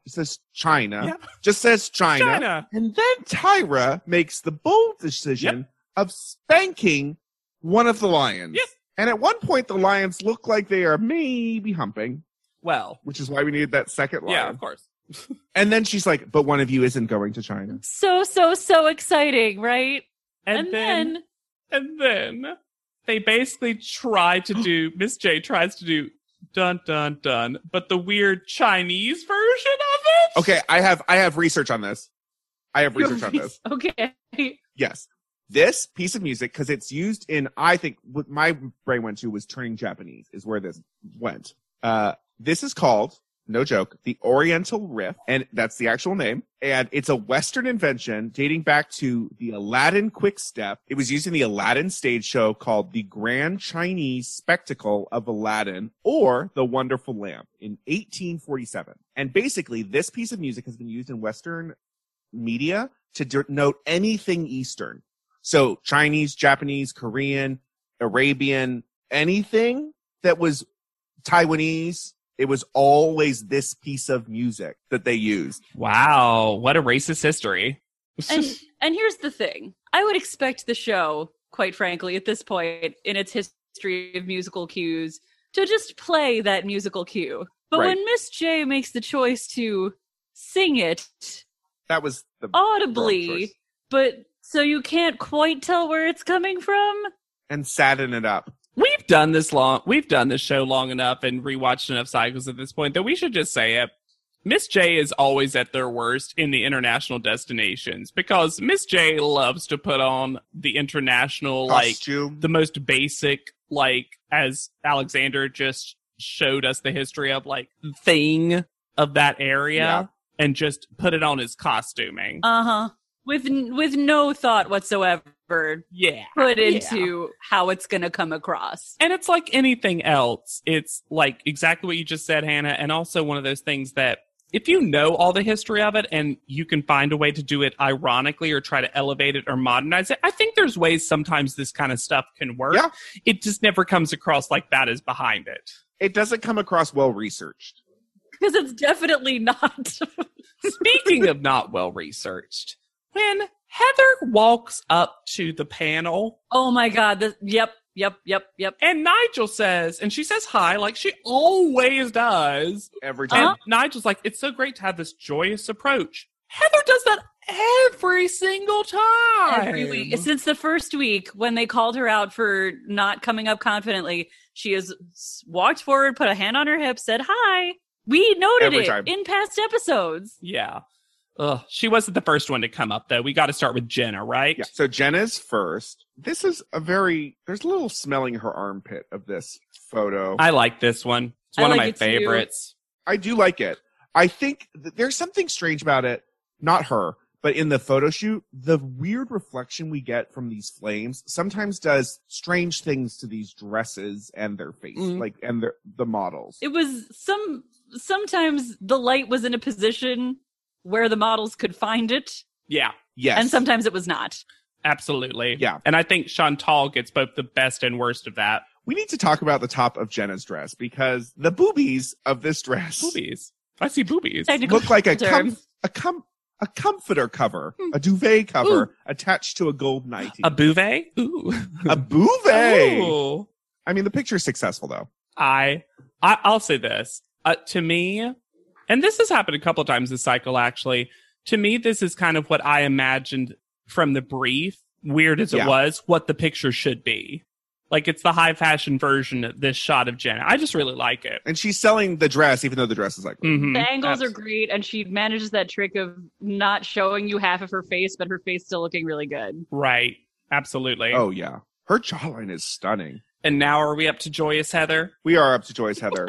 Speaker 3: says China,
Speaker 4: Yeah.
Speaker 3: just says China.
Speaker 4: China.
Speaker 3: and then Tyra makes the bold decision of spanking one of the lions.
Speaker 4: Yep.
Speaker 3: And at one point, the lions look like they are maybe humping,
Speaker 4: Well,
Speaker 3: which is why we needed that second lion.
Speaker 4: yeah, of course.
Speaker 3: And then she's like, "But one of you isn't going to China."
Speaker 2: so so so exciting right
Speaker 4: And, then, and then they basically try to do Miss J tries to do dun dun dun, but the weird Chinese version of it.
Speaker 3: Okay, I have I have research on this. I have
Speaker 4: You
Speaker 3: research on this.
Speaker 2: okay
Speaker 3: Yes. This piece of music, because it's used in, I think what my brain went to was turning Japanese is where this went. Uh, this is called, no joke, the Oriental Riff, and that's the actual name. And it's a Western invention dating back to the Aladdin Quick Step. It was used in the Aladdin stage show called the Grand Chinese Spectacle of Aladdin or the Wonderful Lamp in 1847. And basically this piece of music has been used in Western media to denote anything Eastern. So Chinese, Japanese, Korean, Arabian, anything that was Taiwanese, it was always this piece of music that they used.
Speaker 4: Wow, what a racist history.
Speaker 2: and and here's the thing i would expect the show quite frankly at this point in its history of musical cues to just play that musical cue but
Speaker 3: Right.
Speaker 2: when miss j makes the choice to sing it
Speaker 3: That was the wrong choice.
Speaker 2: audibly but so you can't quite tell where it's coming from
Speaker 3: and sadden it up.
Speaker 4: We've done this long. We've done this show long enough and rewatched enough cycles at this point that we should just say it. Miss J is always at their worst in the international destinations because Miss J loves to put on the international, like
Speaker 3: Costume.
Speaker 4: the most basic, like as Alexander just showed us the history of, like thing of that area,
Speaker 3: Yeah.
Speaker 4: and just put it on as costuming.
Speaker 2: uh-huh with n- with no thought whatsoever
Speaker 4: yeah.
Speaker 2: put
Speaker 4: Yeah.
Speaker 2: into how it's going to come across
Speaker 4: And it's like anything else. It's like exactly what you just said, Hannah, and also one of those things that if you know all the history of it and you can find a way to do it ironically or try to elevate it or modernize it, I think there's ways sometimes this kind of stuff can work.
Speaker 3: Yeah.
Speaker 4: It just never comes across like that is behind it.
Speaker 3: it doesn't come across well researched.
Speaker 2: because it's definitely not
Speaker 4: Speaking of not well researched, when Heather walks up to the panel
Speaker 2: oh my god this, yep yep yep yep
Speaker 4: and Nigel says, and she says hi like she always does.
Speaker 3: Every time.
Speaker 4: And
Speaker 2: Uh-huh.
Speaker 4: Nigel's like, it's so great to have this joyous approach. Heather does that every single time.
Speaker 2: Every week. Since the first week, when they called her out for not coming up confidently, she has s- walked forward, put a hand on her hip, said hi. We noted
Speaker 3: Every
Speaker 2: it
Speaker 3: time.
Speaker 2: in past episodes.
Speaker 4: Yeah. Ugh. She wasn't the first one to come up, though. We got to start with Jenna, right?
Speaker 3: Yeah. So Jenna's first. This is a very, there's a little smelling her armpit of this photo.
Speaker 4: I like this one. It's
Speaker 2: I
Speaker 4: one
Speaker 2: like
Speaker 4: of my
Speaker 2: it too.
Speaker 4: favorites.
Speaker 3: I do like it. I think th- there's something strange about it. Not her, but in the photo shoot, the weird reflection we get from these flames sometimes does strange things to these dresses and their face,
Speaker 4: Mm.
Speaker 3: like and their the models.
Speaker 2: It was some sometimes the light was in a position where the models could find it,
Speaker 4: Yeah,
Speaker 3: yes,
Speaker 2: and sometimes it was not.
Speaker 4: absolutely.
Speaker 3: Yeah.
Speaker 4: And I think Chantal gets both the best and worst of that.
Speaker 3: we need to talk about the top of Jenna's dress because the boobies of this dress
Speaker 4: Boobies. I see boobies.
Speaker 2: Technical
Speaker 3: look like a
Speaker 2: term.
Speaker 3: com- a com- a comforter cover, a duvet cover attached to a gold nightie,
Speaker 4: A bouvet? Ooh.
Speaker 3: a bouvet.
Speaker 4: Ooh.
Speaker 3: I mean, the picture's successful though.
Speaker 4: I, I I'll say this. Uh, to me, and this has happened a couple times this cycle actually. To me, this is kind of what I imagined from the brief, weird as
Speaker 3: Yeah.
Speaker 4: it was, what the picture should be. Like it's the high fashion version of this shot of Jenna. I just really like it.
Speaker 3: And she's selling the dress, even though the dress is like.
Speaker 4: Mhm.
Speaker 2: The angles are
Speaker 4: Abs-
Speaker 2: great, and she manages that trick of not showing you half of her face, but her face still looking really good.
Speaker 4: right. Absolutely.
Speaker 3: Oh yeah. Her jawline is stunning.
Speaker 4: And now are we up to joyous Heather?
Speaker 3: We are up to Joyce Heather.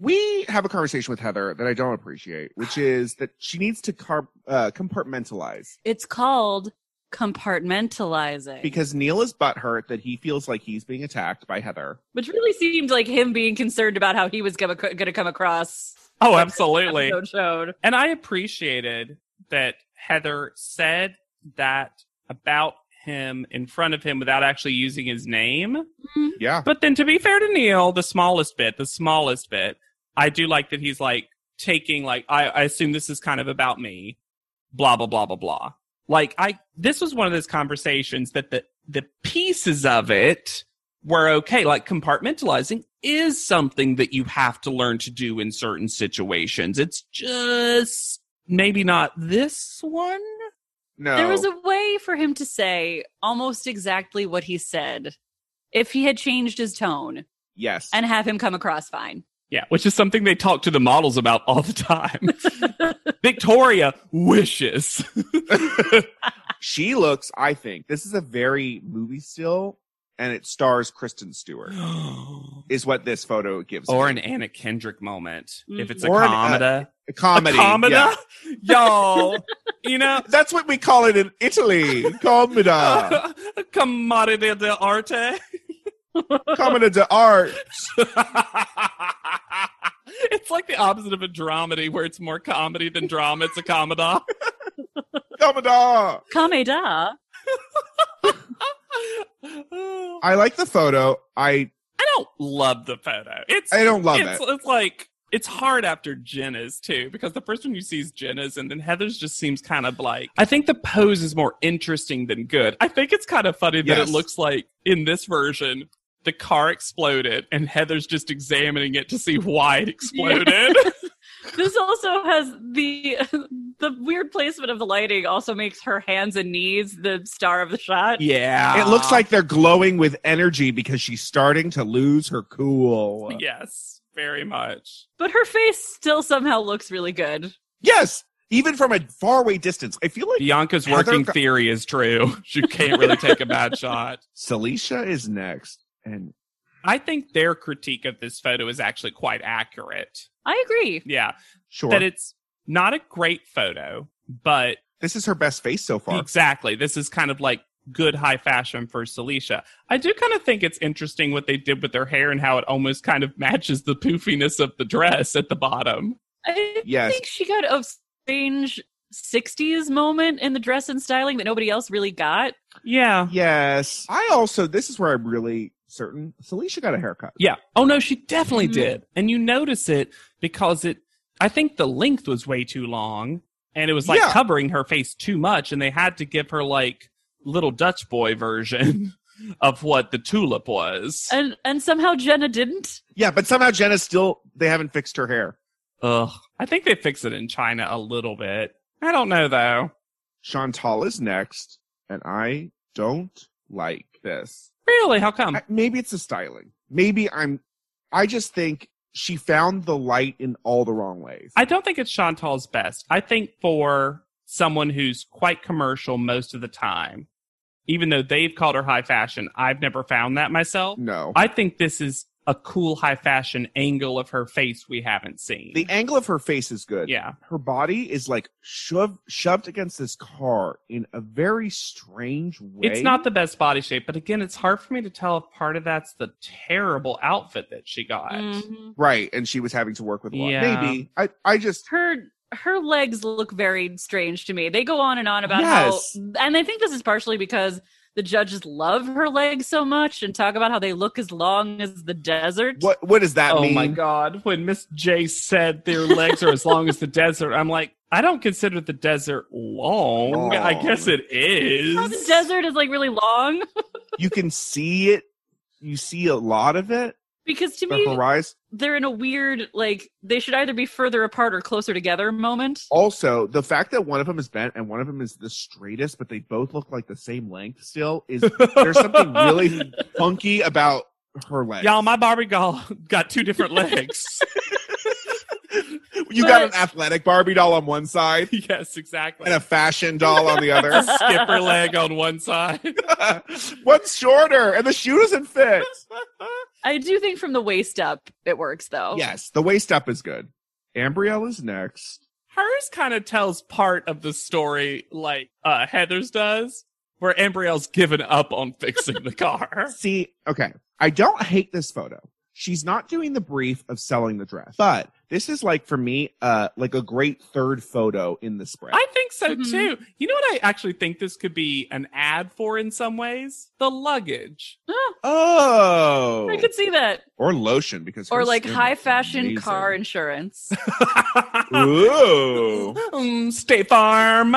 Speaker 3: we have a conversation with Heather that I don't appreciate, which is that she needs to car- uh, compartmentalize
Speaker 2: It's called compartmentalizing.
Speaker 3: because Neil is butthurt that he feels like he's being attacked by Heather.
Speaker 2: which really seemed like him being concerned about how he was going to come across.
Speaker 4: Oh,
Speaker 2: That's-
Speaker 4: absolutely.
Speaker 2: episode showed.
Speaker 4: And I appreciated that Heather said that about him in front of him without actually using his name.
Speaker 3: Yeah.
Speaker 4: But then to be fair to Neil, the smallest bit, the smallest bit, I do like that he's like taking like I, I assume this is kind of about me. Blah blah blah blah blah. Like I this was one of those conversations that the the pieces of it were okay. Like compartmentalizing is something that you have to learn to do in certain situations. It's just maybe not this one.
Speaker 3: No.
Speaker 2: There was a way for him to say almost exactly what he said if he had changed his tone
Speaker 3: yes.
Speaker 2: and have him come across fine.
Speaker 4: Yeah, which is something they talk to the models about all the time. Victoria wishes.
Speaker 3: she looks, I think, this is a very movie still, and it stars Kristen Stewart, is what this photo gives.
Speaker 4: or
Speaker 3: me.
Speaker 4: an Anna Kendrick moment if it's a
Speaker 3: Or an, uh,
Speaker 4: comedy.
Speaker 3: a comedy.
Speaker 4: a comedy,
Speaker 3: yeah.
Speaker 4: y'all. You know,
Speaker 3: That's what we call it in Italy. Comida.
Speaker 4: a commodity de arte.
Speaker 3: Comida de art.
Speaker 4: it's like the opposite of a dramedy, where it's more comedy than drama. It's a comedy.
Speaker 3: Comida.
Speaker 2: Kame da.
Speaker 4: I
Speaker 3: I like the photo. I
Speaker 4: don't love the photo. It's
Speaker 3: I don't love
Speaker 4: it's,
Speaker 3: it.
Speaker 4: it's like it's hard after Jenna's too, because the first one you see is Jenna's, and then Heather's just seems kind of like. I think the pose is more interesting than good. I think it's kind of funny that
Speaker 3: Yes.
Speaker 4: it looks like in this version the car exploded, and Heather's just examining it to see why it exploded.
Speaker 2: This also has the the weird placement of the lighting also makes her hands and knees the star of the shot.
Speaker 4: yeah,
Speaker 3: It looks like they're glowing with energy because she's starting to lose her cool.
Speaker 4: yes, very much.
Speaker 2: But her face still somehow looks really good.
Speaker 3: Yes, even from a faraway distance. I feel like
Speaker 4: Bianca's
Speaker 3: Heather
Speaker 4: working
Speaker 3: got-
Speaker 4: theory is true. She can't really take a bad shot.
Speaker 3: Celicia is next, and
Speaker 4: I think their critique of this photo is actually quite accurate.
Speaker 2: I agree.
Speaker 4: Yeah.
Speaker 3: sure,
Speaker 4: that it's not a great photo, but
Speaker 3: this is her best face so far.
Speaker 4: exactly. This is kind of like good high fashion for Celicia. I do kind of think it's interesting what they did with their hair and how it almost kind of matches the poofiness of the dress at the bottom.
Speaker 2: I
Speaker 3: Yes.
Speaker 2: think she got a strange 60s moment in the dress and styling that nobody else really got.
Speaker 4: Yeah.
Speaker 3: Yes, I also this is where I'm really certain Celicia got a haircut.
Speaker 4: Yeah. Oh no, she definitely
Speaker 2: Mhm.
Speaker 4: did. And you notice it because it I think the length was way too long and it was like
Speaker 3: Yeah.
Speaker 4: covering her face too much and they had to give her like little Dutch boy version of what the tulip was.
Speaker 2: And and somehow Jenna didn't.
Speaker 3: Yeah, but somehow Jenna's still they haven't fixed her hair.
Speaker 4: Ugh. I think they fix it in China a little bit. I don't know though.
Speaker 3: Chantal is next, and I don't like this.
Speaker 4: Really? How come?
Speaker 3: I- maybe it's the styling. Maybe I'm. I just think she found the light in all the wrong ways.
Speaker 4: I don't think it's Chantal's best. I think for someone who's quite commercial most of the time, even though they've called her high fashion, I've never found that myself.
Speaker 3: no,
Speaker 4: I think this is a cool high fashion angle of her face we haven't seen.
Speaker 3: the angle of her face is good.
Speaker 4: yeah.
Speaker 3: her body is like shoved shoved against this car in a very strange way.
Speaker 4: It's not the best body shape, but again, it's hard for me to tell if part of that's the terrible outfit that she got.
Speaker 2: Mhm.
Speaker 3: right, and she was having to work with a lot.
Speaker 4: Yeah.
Speaker 3: Maybe I I just
Speaker 2: Her her legs look very strange to me. They go on and on about
Speaker 3: Yes.
Speaker 2: how and I think this is partially because the judges love her legs so much and talk about how they look as long as the desert.
Speaker 3: what what does that
Speaker 4: oh
Speaker 3: mean?
Speaker 4: my god! When Miss J said their legs are as long as the desert, I'm like, I don't consider the desert long. I
Speaker 3: Long.
Speaker 4: guess it is.
Speaker 2: How the desert is like really long
Speaker 3: You can see it. You see a lot of it.
Speaker 2: because to
Speaker 3: The
Speaker 2: me
Speaker 3: horizon.
Speaker 2: they're in a weird like they should either be further apart or closer together moment.
Speaker 3: Also, the fact that one of them is bent and one of them is the straightest, but they both look like the same length still is there's something really funky about her legs.
Speaker 4: Y'all, my Barbie doll got two different legs.
Speaker 3: you got an
Speaker 2: But-
Speaker 3: athletic Barbie doll on one side
Speaker 4: yes, exactly.
Speaker 3: and a fashion doll on the other.
Speaker 4: skipper leg on one side.
Speaker 3: One's shorter and the shoe doesn't fit.
Speaker 2: I do think from the waist up it works though.
Speaker 3: Yes, the waist up is good. Ambrielle is next.
Speaker 4: Hers kind of tells part of the story like uh, Heather's does, where Ambrielle's given up on fixing the car.
Speaker 3: See, okay, I don't hate this photo. She's not doing the brief of selling the dress, but this is like for me, uh, like a great third photo in the spread.
Speaker 4: I think so
Speaker 2: Mhm.
Speaker 4: too. You know what I actually think this could be an ad for in some ways? The luggage.
Speaker 3: oh,
Speaker 2: I could see that.
Speaker 3: or lotion because
Speaker 2: Or
Speaker 3: her
Speaker 2: like
Speaker 3: skin
Speaker 2: high
Speaker 3: looks
Speaker 2: fashion
Speaker 3: amazing.
Speaker 2: car insurance.
Speaker 3: Ooh,
Speaker 4: Mm, State Farm.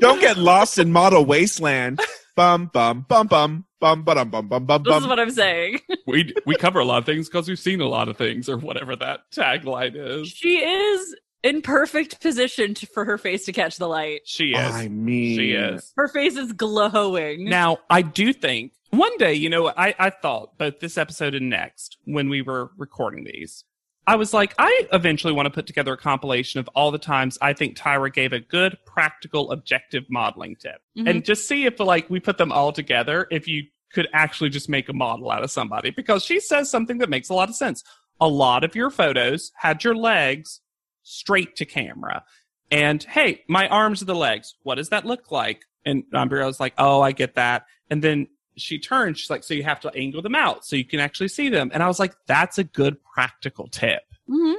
Speaker 3: don't get lost in model wasteland. Bum bum bum bum bum bum bum bum bum
Speaker 2: this is
Speaker 3: bum.
Speaker 2: what I'm saying.
Speaker 4: we we cover a lot of things because we've seen a lot of things, or whatever that tagline is.
Speaker 2: she is in perfect position to, for her face to catch the light.
Speaker 4: She is.
Speaker 3: I mean,
Speaker 4: she is.
Speaker 2: Her face is glowing.
Speaker 4: Now, I do think one day, you know, I, I thought both this episode and next when we were recording these, I was like, I eventually want to put together a compilation of all the times I think Tyra gave a good, practical, objective modeling tip
Speaker 2: Mhm.
Speaker 4: and just see if, like, we put them all together, if you could actually just make a model out of somebody because she says something that makes a lot of sense. A lot of your photos had your legs straight to camera and hey, my arms are the legs. What does that look like? And Umbrio's like, oh, I get that. And then she turns. She's like, so you have to angle them out so you can actually see them. And I was like, that's a good practical tip.
Speaker 2: Mhm.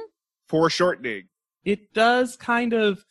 Speaker 3: foreshortening.
Speaker 4: It does kind of,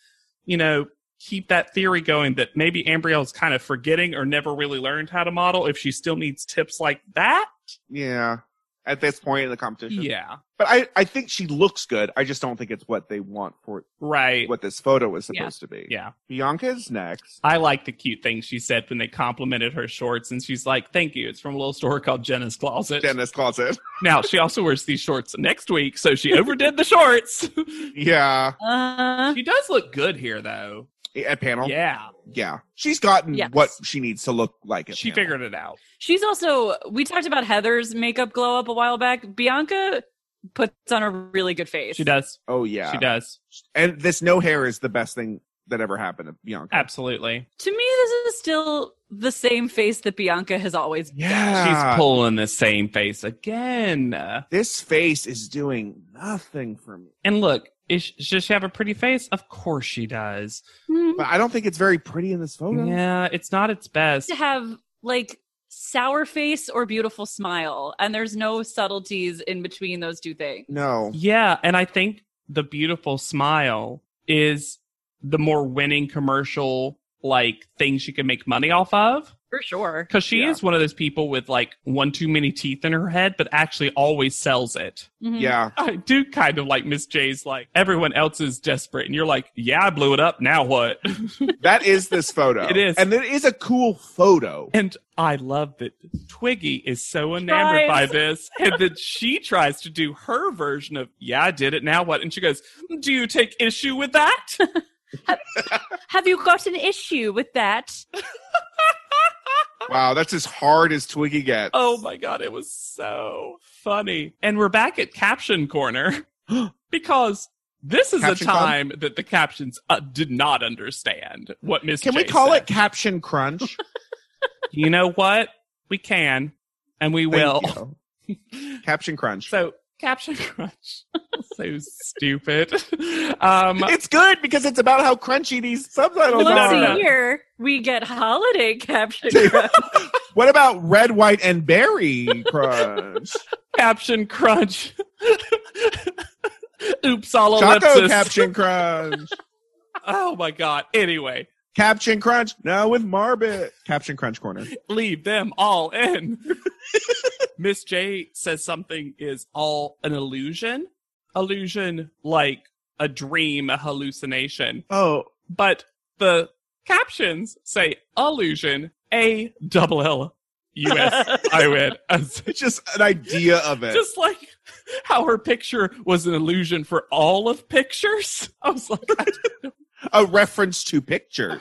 Speaker 4: you know, keep that theory going that maybe Ambriel's kind of forgetting or never really learned how to model. If she still needs tips like that,
Speaker 3: Yeah, at this point in the competition.
Speaker 4: yeah,
Speaker 3: But I, I think she looks good. I just don't think it's what they want for
Speaker 4: right.
Speaker 3: what this photo was
Speaker 2: Yeah.
Speaker 3: supposed to be.
Speaker 4: Yeah.
Speaker 3: Bianca's next.
Speaker 4: I like the cute thing she said when they complimented her shorts, and she's like, "Thank you. It's from a little store called Jenna's Closet."
Speaker 3: Dennis closet.
Speaker 4: Now she also wears these shorts next week, so she overdid the shorts.
Speaker 3: Yeah.
Speaker 2: Uh,
Speaker 4: she does look good here, though.
Speaker 3: At panel. Yeah.
Speaker 4: Yeah,
Speaker 3: She's gotten
Speaker 2: Yes.
Speaker 3: what she needs to look like. At
Speaker 4: she
Speaker 3: panel.
Speaker 4: figured it out.
Speaker 2: she's also, we talked about Heather's makeup glow up a while back. Bianca puts on a really good face.
Speaker 4: She does.
Speaker 3: Oh yeah.
Speaker 4: She does.
Speaker 3: And this no hair is the best thing that ever happened to Bianca.
Speaker 4: Absolutely.
Speaker 2: To me, this is still the same face that Bianca has always
Speaker 3: Yeah.
Speaker 4: She's pulling the same face again.
Speaker 3: this face is doing nothing for me.
Speaker 4: And look, is she, does she have a pretty face? Of course she does.
Speaker 2: been.
Speaker 3: But I don't think it's very pretty in this photo.
Speaker 4: Yeah, it's not its best.
Speaker 2: to have like sour face or beautiful smile, and there's no subtleties in between those two things.
Speaker 3: No.
Speaker 4: Yeah, and I think the beautiful smile is the more winning commercial like thing she can make money off of.
Speaker 2: For sure.
Speaker 4: because she
Speaker 3: Yeah.
Speaker 4: is one of those people with like one too many teeth in her head, but actually always sells it.
Speaker 2: Mhm.
Speaker 3: Yeah.
Speaker 4: I do kind of like Miss J's like everyone else is desperate, and you're like, yeah, I blew it up. Now what?
Speaker 3: That is this photo.
Speaker 4: It is.
Speaker 3: And it is a cool photo.
Speaker 4: and I love that Twiggy is so enamored by
Speaker 2: Tries.
Speaker 4: this, and that she tries to do her version of yeah, I did it. Now what? And she goes, do you take issue with that?
Speaker 2: Have you got an issue with that?
Speaker 3: Wow, that's as hard as Twiggy gets.
Speaker 4: Oh my god, it was so funny. And we're back at caption corner because this is
Speaker 3: Caption
Speaker 4: a
Speaker 3: Club?
Speaker 4: time that the captions uh, did not understand what Miss.
Speaker 3: Can we
Speaker 4: J
Speaker 3: call
Speaker 4: said.
Speaker 3: it caption crunch?
Speaker 4: You know what? We can, and we will.
Speaker 3: Thank you. caption crunch.
Speaker 4: So caption crunch. so stupid. Um,
Speaker 3: it's good because it's about how crunchy these subtitles
Speaker 2: Once
Speaker 4: no, no,
Speaker 2: a
Speaker 4: no.
Speaker 3: are.
Speaker 2: year, we get holiday caption. crunch.
Speaker 3: What about red, white, and berry crunch?
Speaker 4: caption crunch. Oops, all
Speaker 3: Choco
Speaker 4: ellipsis.
Speaker 3: caption crunch.
Speaker 4: Oh my god. Anyway,
Speaker 3: caption crunch. No, with Marbit. Caption crunch corner.
Speaker 4: leave them all in. Miss J says something is all an illusion, illusion like a dream, a hallucination.
Speaker 3: Oh,
Speaker 4: But the captions say illusion, a double L U S I O N.
Speaker 3: it's just an idea of it.
Speaker 4: Just like how her picture was an illusion for all of pictures. I was like,
Speaker 3: a reference to picture.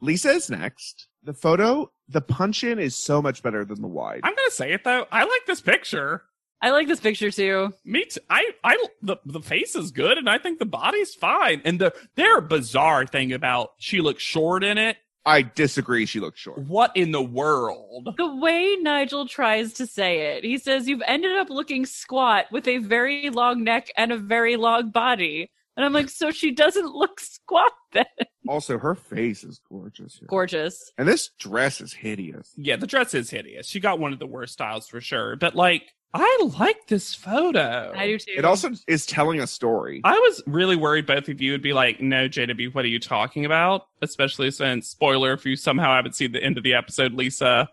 Speaker 3: Lisa is next. The photo, the punch in is so much better than the wide.
Speaker 4: I'm gonna say it though. I like this picture.
Speaker 2: I like this picture too.
Speaker 4: Me too. I, I, the, the face is good, and I think the body's fine. And the their bizarre thing about she looks short in it
Speaker 3: I disagree. She looks short.
Speaker 4: What in the world?
Speaker 2: The way Nigel tries to say it, he says, You've ended up looking squat with a very long neck and a very long body. And I'm like, So she doesn't look squat then.
Speaker 3: Also, her face is gorgeous. here.
Speaker 2: Gorgeous.
Speaker 3: And this dress is hideous.
Speaker 4: Yeah, the dress is hideous. She got one of the worst styles for sure. But like, I like this photo.
Speaker 2: I do too.
Speaker 3: It also is telling a story.
Speaker 4: I was really worried both of you would be like, no, JW, what are you talking about? Especially since, spoiler, if you somehow haven't seen the end of the episode, Lisa,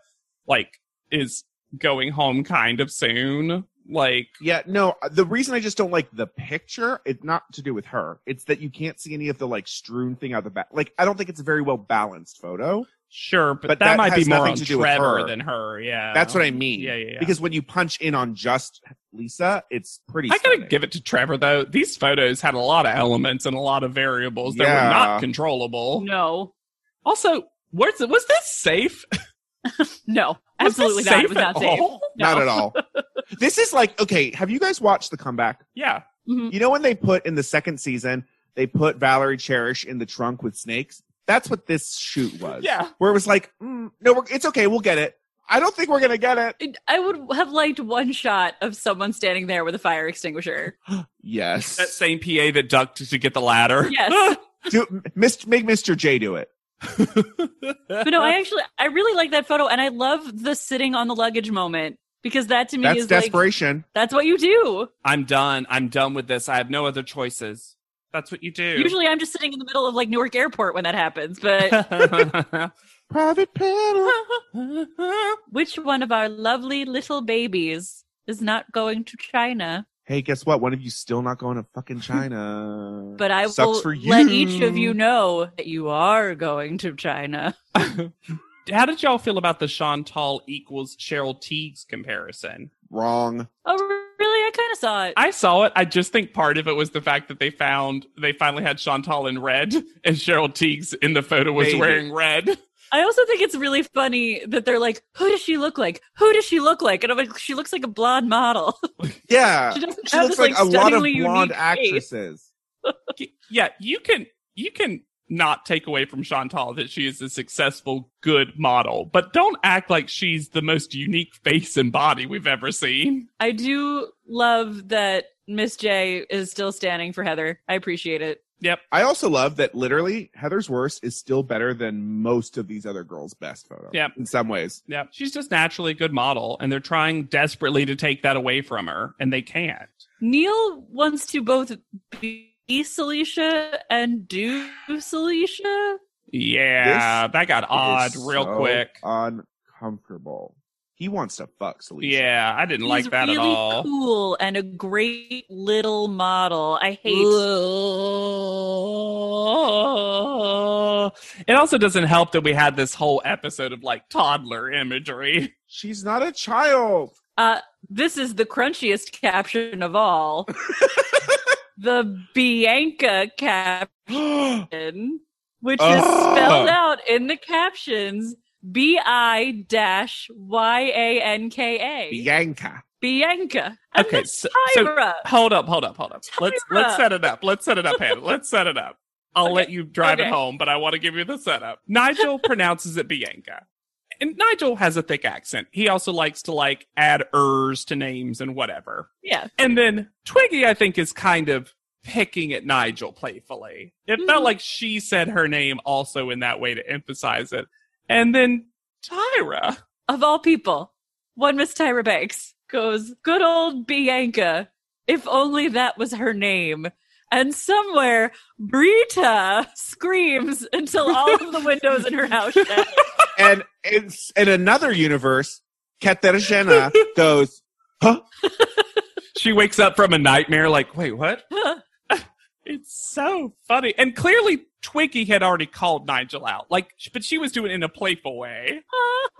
Speaker 4: like, is going home kind of soon. Like,
Speaker 3: Yeah, no, the reason I just don't like the picture, it's not to do with her. It's that you can't see any of the like strewn thing out the back. Like, I don't think it's a very well balanced photo.
Speaker 4: sure, but,
Speaker 3: But
Speaker 4: that,
Speaker 3: that
Speaker 4: might be
Speaker 3: has
Speaker 4: more
Speaker 3: nothing
Speaker 4: on
Speaker 3: to do with
Speaker 4: Trevor
Speaker 3: her.
Speaker 4: than her. Yeah.
Speaker 3: That's what I mean.
Speaker 4: Um, Yeah, yeah, yeah.
Speaker 3: Because when you punch in on just Lisa, it's pretty.
Speaker 4: I gotta
Speaker 3: stunning.
Speaker 4: give it to Trevor though. These photos had a lot of elements and a lot of variables that were
Speaker 3: Yeah.
Speaker 4: not controllable.
Speaker 2: no,
Speaker 4: Also, what's was this safe? Was
Speaker 2: no,
Speaker 4: this
Speaker 2: absolutely not.
Speaker 4: safe
Speaker 2: It was not
Speaker 4: at
Speaker 2: safe.
Speaker 4: all?
Speaker 3: Not at all. this is like okay. Have you guys watched the comeback?
Speaker 4: Yeah.
Speaker 2: Mhm.
Speaker 3: You know when they put in the second season, they put Valerie Cherish in the trunk with snakes. That's what this shoot was.
Speaker 4: Yeah.
Speaker 3: Where it was like, mm, no, we're, it's okay. We'll get it. I don't think we're gonna get it.
Speaker 2: It- I would have liked one shot of someone standing there with a fire extinguisher.
Speaker 3: Yes.
Speaker 4: That same PA that ducked to get the ladder.
Speaker 2: Yes.
Speaker 3: do, Mr. Make Mr. J do it.
Speaker 2: But no, I actually, I really like that photo, and I love the sitting on the luggage moment because that to me
Speaker 3: That's
Speaker 2: is like
Speaker 3: desperation.
Speaker 2: that's what you do.
Speaker 4: I'm done. I'm done with this. I have no other choices. That's what you do.
Speaker 2: Usually, I'm just sitting in the middle of like Newark Airport when that happens. But
Speaker 3: Private panel.
Speaker 2: which one of our lovely little babies is not going to China?
Speaker 3: Hey, guess what? One of you still not going to fucking China.
Speaker 2: But I
Speaker 3: Sucks
Speaker 2: will
Speaker 3: for
Speaker 2: let each of
Speaker 3: you.
Speaker 2: you know that you are going to China.
Speaker 4: How did y'all feel about the Chantal equals Cheryl Teagues comparison?
Speaker 3: wrong.
Speaker 2: Oh, really? I kind of saw it.
Speaker 4: I saw it. I just think part of it was the fact that they found they finally had Chantal in red, and Cheryl Teagues in the photo was
Speaker 3: Maybe.
Speaker 4: wearing red.
Speaker 2: I also think it's really funny that they're like, "Who does she look like? Who does she look like?" And I'm like, "She looks like a blonde model.
Speaker 3: Yeah.
Speaker 2: she doesn't
Speaker 3: Uh, She
Speaker 2: have
Speaker 3: looks
Speaker 2: this
Speaker 3: like,
Speaker 2: like,
Speaker 3: a lot of
Speaker 2: stunningly
Speaker 3: blonde
Speaker 2: unique face."
Speaker 3: actresses.
Speaker 4: Y- yeah, you can you can not take away from Chantal that she is a successful, good model, but don't act like she's the most unique face and body we've ever seen.
Speaker 2: I do love that Miss J is still standing for Heather. I appreciate it.
Speaker 3: I also love that literally Heather's worst is still better than most of these other girls' best photos.
Speaker 4: Yep.
Speaker 3: In some ways.
Speaker 4: Yeah, she's just naturally a good model, and they're trying desperately to take that away from her, and they can't.
Speaker 2: Neil wants to both be Celicia and do Celicia.
Speaker 4: Yeah, that got odd
Speaker 3: It is
Speaker 4: real
Speaker 3: so
Speaker 4: quick.
Speaker 3: Uncomfortable. He wants to fuck Salisha.
Speaker 4: Yeah, I didn't like
Speaker 2: He's
Speaker 4: that
Speaker 2: really
Speaker 4: at all.
Speaker 2: Cool and a great little model. I hate.
Speaker 4: It also doesn't help that we had this whole episode of like toddler imagery.
Speaker 3: She's not a child.
Speaker 2: Uh, this is the crunchiest caption of all. the Bianca caption, which is
Speaker 4: Ah.
Speaker 3: Ugh.
Speaker 2: spelled out in the captions B I dash Y A N K A.
Speaker 3: Bianca.
Speaker 2: Bianca. And
Speaker 4: Okay,
Speaker 2: that's
Speaker 4: so- so-
Speaker 2: Tyra.
Speaker 4: Hold up, hold up, hold up. Let's
Speaker 2: Tyra.
Speaker 4: let's set it up. Let's set it up, Hannah. Let's set it up. I'll let you drive
Speaker 2: okay.
Speaker 4: it home, but I want to give you the setup. Nigel pronounces it Bianca. And Nigel has a thick accent. He also likes to like add ers to names and whatever.
Speaker 2: yeah.
Speaker 4: And then Twiggy, I think, is kind of picking at Nigel playfully. It felt
Speaker 2: Mhm.
Speaker 4: like she said her name also in that way to emphasize it. And then Tyra.
Speaker 2: Of all people, one Miss Tyra Banks goes, Good old Bianca. If only that was her name. And somewhere, Brita screams until all of the windows in her house shatter.
Speaker 3: and it's in another universe, Katarzyna goes,
Speaker 4: She wakes up from a nightmare, like, wait, what? It's so funny. And clearly, Twiggy had already called Nigel out. Like, sh- but she was doing it in a playful way.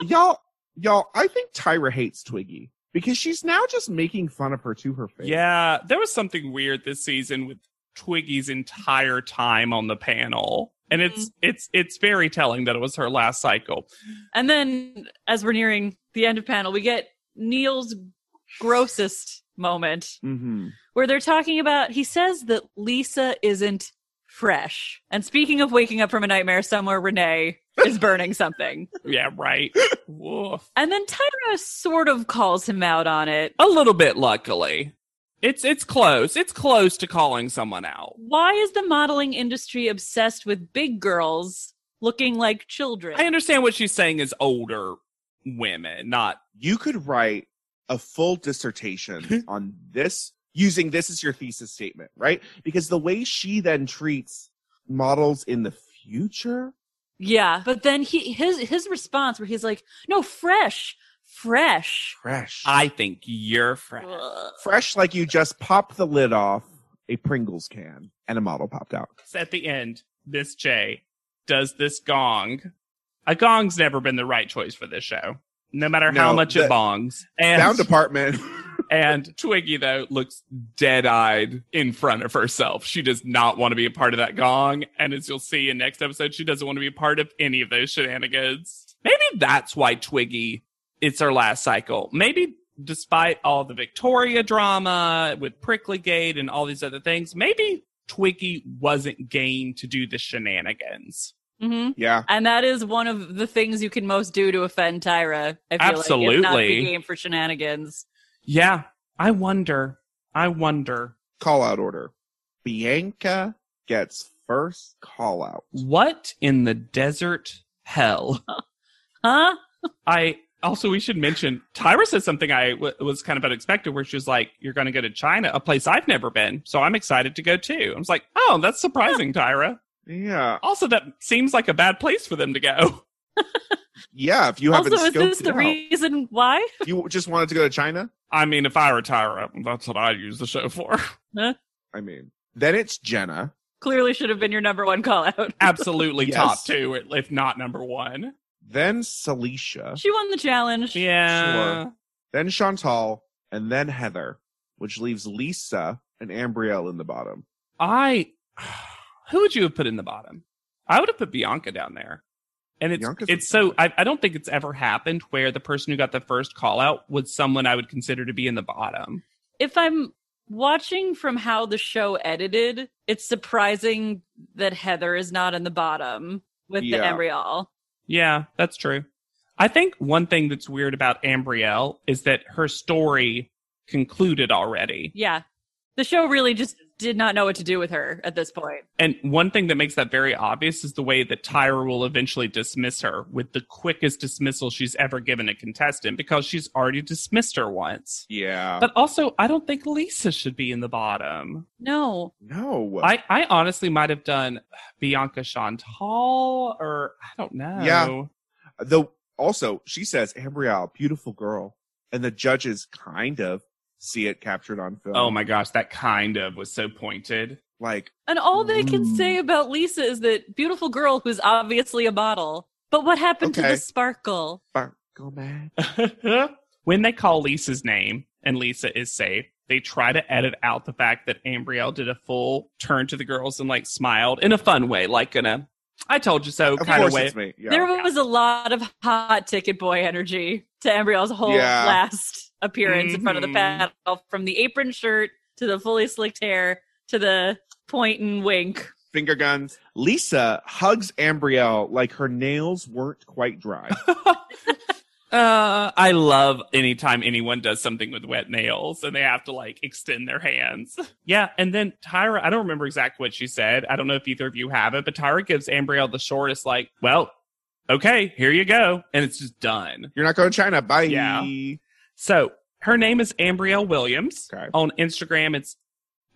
Speaker 3: y'all, y'all, I think Tyra hates Twiggy because she's now just making fun of her to her face.
Speaker 4: Yeah, there was something weird this season with Twiggy's entire time on the panel. And it's it's it's very telling that it was her last cycle.
Speaker 2: And then, as we're nearing the end of panel, we get Neil's grossest moment
Speaker 3: Mm-hmm.
Speaker 2: where they're talking about, he says that Lisa isn't fresh. And speaking of waking up from a nightmare somewhere, Renee, is burning something.
Speaker 4: Yeah, right. Woof.
Speaker 2: And then Tyra sort of calls him out on it.
Speaker 4: A little bit, luckily. It's it's close. It's close to calling someone out.
Speaker 2: Why is the modeling industry obsessed with big girls looking like children?
Speaker 4: I understand what she's saying is older women, not
Speaker 3: You could write a full dissertation on this using this as your thesis statement, right? Because the way she then treats models in the future,
Speaker 2: yeah, but then he his his response where he's like, "No, fresh, fresh."
Speaker 3: fresh.
Speaker 4: I think you're fresh.
Speaker 2: Ugh.
Speaker 3: fresh like you just popped the lid off a Pringles can and a model popped out.
Speaker 4: At the end, Miss J does this gong. A gong's never been the right choice for this show. No matter how
Speaker 3: No,
Speaker 4: much
Speaker 3: the-
Speaker 4: it bongs. And
Speaker 3: Sound department.
Speaker 4: And Twiggy, though, looks dead eyed in front of herself. She does not want to be a part of that gong. And as you'll see in next episode, she doesn't want to be a part of any of those shenanigans. Maybe that's why Twiggy, it's her last cycle. Maybe despite all the Victoria drama with Pricklygate and all these other things, maybe Twiggy wasn't game to do the shenanigans.
Speaker 2: Mhm.
Speaker 3: yeah.
Speaker 2: And that is one of the things you can most do to offend Tyra. I feel like it's not
Speaker 4: Absolutely.
Speaker 2: the game for shenanigans.
Speaker 4: Yeah, I wonder. I wonder.
Speaker 3: Call out order. Bianca gets first call out.
Speaker 4: What in the desert hell
Speaker 2: Huh?
Speaker 4: I also we should mention Tyra said something I w- was kind of unexpected, where she was like, "You're going to go to China, a place I've never been, so I'm excited to go too." I was like, "Oh, that's surprising, Tyra."
Speaker 3: Yeah.
Speaker 4: Also, that seems like a bad place for them to go.
Speaker 3: Yeah. If you haven't
Speaker 2: Also, is
Speaker 3: scoped
Speaker 2: this
Speaker 3: it
Speaker 2: the
Speaker 3: out.
Speaker 2: reason why?
Speaker 3: you just wanted to go to China?
Speaker 4: I mean, if I were Tyra, that's what I'd use the show for.
Speaker 3: I mean, then it's Jenna.
Speaker 2: Clearly should have been your number one call out.
Speaker 4: Absolutely
Speaker 3: Yes.
Speaker 4: top two, if not number one.
Speaker 3: Then Celicia.
Speaker 2: She won the challenge.
Speaker 4: Yeah.
Speaker 3: Sure. Then Chantal. And then Heather, which leaves Lisa and Ambrielle in the bottom.
Speaker 4: I who would you have put in the bottom? I would have put Bianca down there. And it's
Speaker 3: Bianca's
Speaker 4: it's
Speaker 3: the
Speaker 4: so I, I don't think it's ever happened where the person who got the first call out was someone I would consider to be in the bottom.
Speaker 2: if I'm watching from how the show edited, it's surprising that Heather is not in the bottom with the
Speaker 3: Yeah.
Speaker 2: Embryo.
Speaker 4: Yeah, that's true. I think one thing that's weird about Ambrielle is that her story concluded already.
Speaker 2: Yeah. The show really just did not know what to do with her at this point.
Speaker 4: And one thing that makes that very obvious is the way that Tyra will eventually dismiss her with the quickest dismissal she's ever given a contestant because she's already dismissed her once.
Speaker 3: Yeah.
Speaker 4: But also, I don't think Lisa should be in the bottom.
Speaker 2: No.
Speaker 3: no.
Speaker 4: I, I honestly might have done Bianca Chantal or I don't know.
Speaker 3: Yeah. the also she says Ambrielle, beautiful girl, and the judges kind of see it captured on film.
Speaker 4: Oh my gosh, that kind of was so pointed.
Speaker 3: Like
Speaker 2: And all they can
Speaker 3: Mm.
Speaker 2: say about Lisa is that beautiful girl who's obviously a model. But what happened to
Speaker 3: Okay.
Speaker 2: the sparkle?
Speaker 3: sparkle man.
Speaker 4: when they call Lisa's name and Lisa is saved, they try to edit out the fact that Ambrielle did a full turn to the girls and like smiled in a fun way, like in a I told you so
Speaker 3: Of
Speaker 4: kind of
Speaker 3: course
Speaker 4: way.
Speaker 3: it's me. Yeah.
Speaker 2: There was a lot of hot ticket boy energy to Embryo's whole
Speaker 3: Yeah. Mm-hmm.
Speaker 2: last appearance in front of the
Speaker 4: Mhm.
Speaker 2: panel, from the apron shirt to the fully slicked hair to the point and wink.
Speaker 3: Finger guns. Lisa hugs Ambrielle like her nails weren't quite dry.
Speaker 4: Uh, I love anytime anyone does something with wet nails and they have to like extend their hands. Yeah, and then Tyra, I don't remember exactly what she said. I don't know if either of you have it, but Tyra gives Ambrielle the shortest, like, well, okay, here you go. And it's just done.
Speaker 3: You're not going to China. Bye.
Speaker 4: Yeah. So her name is Ambrielle Williams.
Speaker 3: Okay.
Speaker 4: On Instagram, it's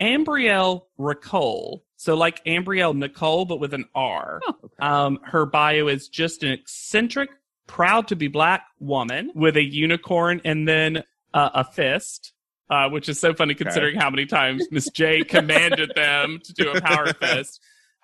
Speaker 4: Ambrielle Ricole. So like Ambrielle Nicole, but with an R. Um, her bio is just an eccentric, proud to be black woman with a unicorn and then uh, a fist. Uh, which is so funny considering how many times Miss J commanded them to do a power fist.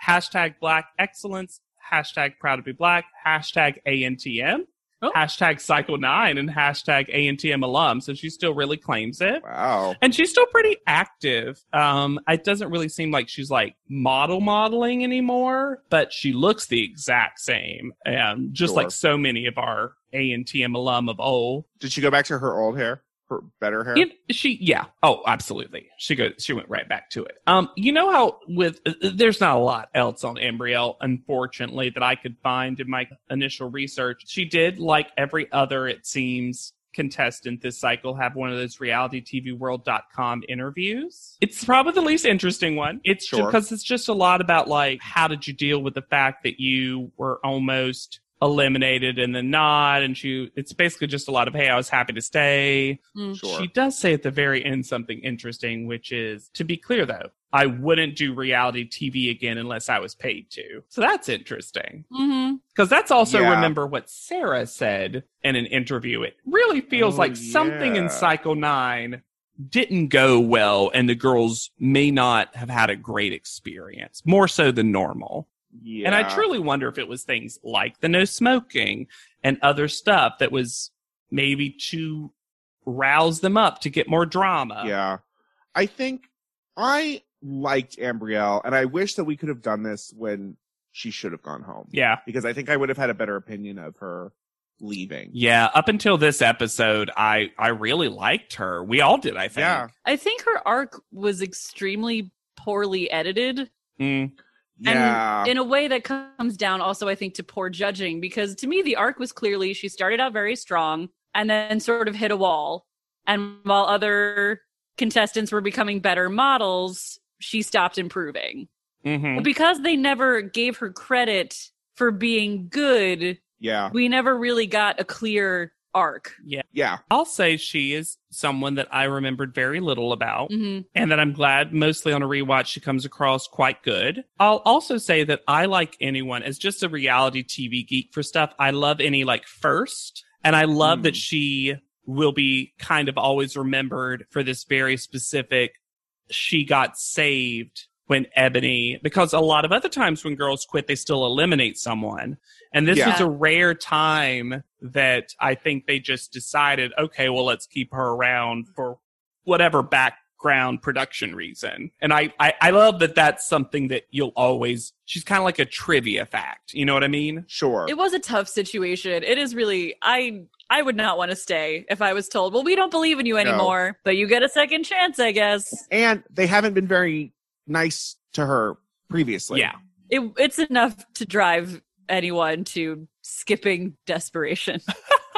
Speaker 4: Hashtag black excellence, hashtag proud to be black, hashtag ANTM,
Speaker 2: Oh.
Speaker 4: hashtag cycle nine, and hashtag ANTM alum. So she still really claims it
Speaker 3: Wow.
Speaker 4: and she's still pretty active um it doesn't really seem like she's like model modeling anymore but she looks the exact same um just
Speaker 3: Sure.
Speaker 4: like so many of our a and tm alum of old
Speaker 3: Did she go back to her old hair? for better hair.
Speaker 4: You- she yeah oh absolutely she goes she went right back to it um you know how with uh, there's not a lot else on embryo unfortunately that i could find in my initial research she did like every other it seems contestant this cycle have one of those realitytvworld.com interviews it's probably the least interesting one it's
Speaker 3: Sure.
Speaker 4: because it's just a lot about like how did you deal with the fact that you were almost eliminated and then not and she it's basically just a lot of hey i was happy to stay
Speaker 3: sure.
Speaker 4: she does say at the very end something interesting, which is to be clear though, I wouldn't do reality TV again unless I was paid to. So that's interesting.
Speaker 2: hmm
Speaker 4: Because that's also
Speaker 3: Yeah.
Speaker 4: remember what Sarah said in an interview. It really feels
Speaker 3: Oh,
Speaker 4: like something
Speaker 3: yeah.
Speaker 4: in Cycle 9 didn't go well, and the girls may not have had a great experience, more so than normal.
Speaker 3: yeah.
Speaker 4: And I truly wonder if it was things like the no smoking and other stuff that was maybe to rouse them up to get more drama.
Speaker 3: Yeah. I think I liked Ambrielle, and I wish that we could have done this when she should have gone home.
Speaker 4: Yeah.
Speaker 3: Because I think I would have had a better opinion of her leaving.
Speaker 4: Yeah. Up until this episode, I I really liked her. We all did, I think.
Speaker 3: Yeah.
Speaker 2: I think her arc was extremely poorly edited
Speaker 4: Mm.
Speaker 3: Yeah.
Speaker 2: in a way that comes down also I think to poor judging because to me the arc was clearly she started out very strong and then sort of hit a wall and while other contestants were becoming better models she stopped improving
Speaker 4: Mhm.
Speaker 2: But because they never gave her credit for being good
Speaker 3: yeah.
Speaker 2: we never really got a clear arc
Speaker 3: Yeah.
Speaker 4: I'll say she is someone that I remembered very little about.
Speaker 2: hmm
Speaker 4: and that I'm glad mostly on a rewatch she comes across quite good. I'll also say that I like anyone as just a reality TV geek for stuff. I love any like first, and I love
Speaker 3: Hmm.
Speaker 4: that she will be kind of always remembered for this very specific she got saved when Ebony because a lot of other times when girls quit they still eliminate someone. And this
Speaker 3: Yeah.
Speaker 4: was a rare time that I think they just decided, okay, well let's keep her around for whatever background production reason. And I, I, I love that that's something that you'll always, she's kind of like a trivia fact. You know what I mean?
Speaker 3: Sure.
Speaker 2: it was a tough situation it is really i i would not want to stay if i was told well we don't believe in you anymore but you get a second chance i guess
Speaker 3: and they haven't been very nice to her previously.
Speaker 4: yeah.
Speaker 2: it, it's enough to drive anyone to skipping desperation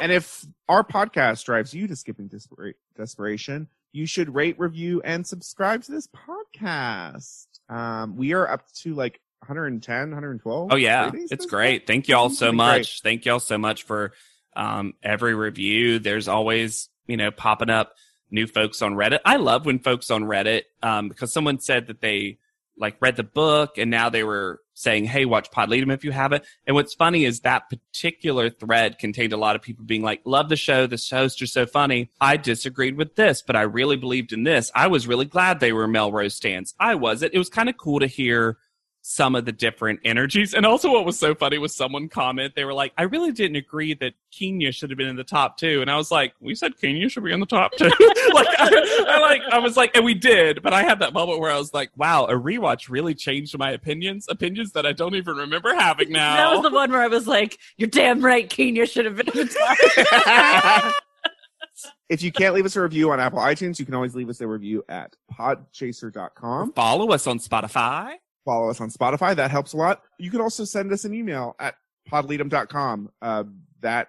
Speaker 3: And if our podcast drives you to skipping desper- desperation, you should rate, review, and subscribe to this podcast. Um, we are up to like 110, 112.
Speaker 4: Oh, yeah.
Speaker 3: ratings
Speaker 4: It's
Speaker 3: this
Speaker 4: great. Thank you all
Speaker 3: It's
Speaker 4: so
Speaker 3: really
Speaker 4: much. Thank you all so much for um, every review. There's always, you know, popping up new folks on Reddit. I love when folks on Reddit, um, because someone said that they like read the book and now they were saying, hey, watch Podleadum if you haven't. And what's funny is that particular thread contained a lot of people being like, love the show. The hosts are so funny. I disagreed with this, but I really believed in this. I was really glad they were Melrose stands. I wasn't. It was kind of cool to hear some of the different energies. And also what was so funny was someone comment, they were like, I really didn't agree that Kenya should have been in the top two. And I was like, we said Kenya should be in the top two. like, I, I like, I was like, and we did. But I had that moment where I was like, wow, a rewatch really changed my opinions, opinions that I don't even remember having now.
Speaker 2: that was the one where i was like you're damn right kenya should have been at the top
Speaker 3: If you can't leave us a review on Apple iTunes, you can always leave us a review at podchaser.com.
Speaker 4: Follow us on Spotify.
Speaker 3: Follow us on Spotify. That helps a lot. You can also send us an email at podleadum.com. Uh, that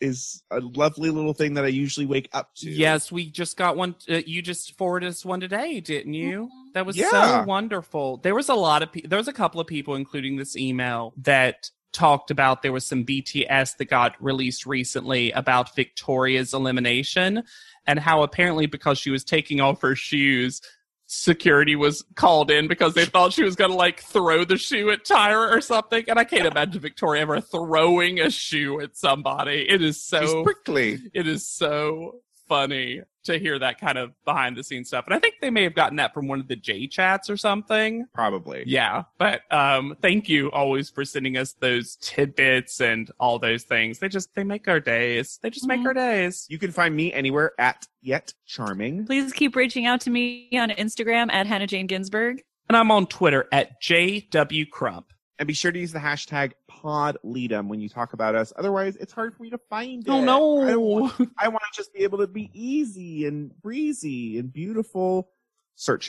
Speaker 3: is a lovely little thing that I usually wake up to.
Speaker 4: Yes, we just got one. Uh, you just forwarded us one today, didn't you? That was
Speaker 3: Yeah.
Speaker 4: so wonderful. There was a lot of people. There was a couple of people, including this email, that talked about there was some BTS that got released recently about Victoria's elimination and how apparently because she was taking off her shoes. Security was called in because they thought she was gonna like throw the shoe at Tyra or something, and I can't imagine Victoria ever throwing a shoe at somebody. It is so
Speaker 3: She's prickly.
Speaker 4: it is so funny to hear that kind of behind the scenes stuff. And I think they may have gotten that from one of the J chats or something.
Speaker 3: Probably.
Speaker 4: Yeah. But um thank you always for sending us those tidbits and all those things. They just they make our days. They just make our days.
Speaker 3: You can find me anywhere at Yet Charming.
Speaker 2: please keep reaching out to me on instagram at hannah jane ginsburg
Speaker 4: And I'm on Twitter at JW Crump.
Speaker 3: And be sure to use the hashtag PodLeadem when you talk about us. Otherwise, it's hard for me to find
Speaker 4: Oh
Speaker 3: it. I don't want-
Speaker 4: no.
Speaker 3: I want to just be able to be easy and breezy and beautiful search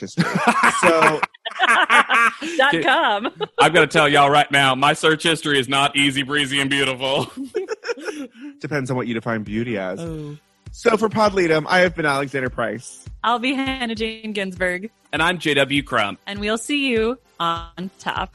Speaker 3: history. so
Speaker 2: Dot
Speaker 4: Dude,
Speaker 2: com.
Speaker 4: I'm gonna tell y'all right now, my search history is not easy breezy and beautiful.
Speaker 3: depends on what you define beauty as.
Speaker 6: Uh.
Speaker 3: So for Podleadum, I have been Alexander Price.
Speaker 2: I'll be Hannah Jane Ginsburg,
Speaker 4: And I'm JW Crumb.
Speaker 2: and we'll see you on top.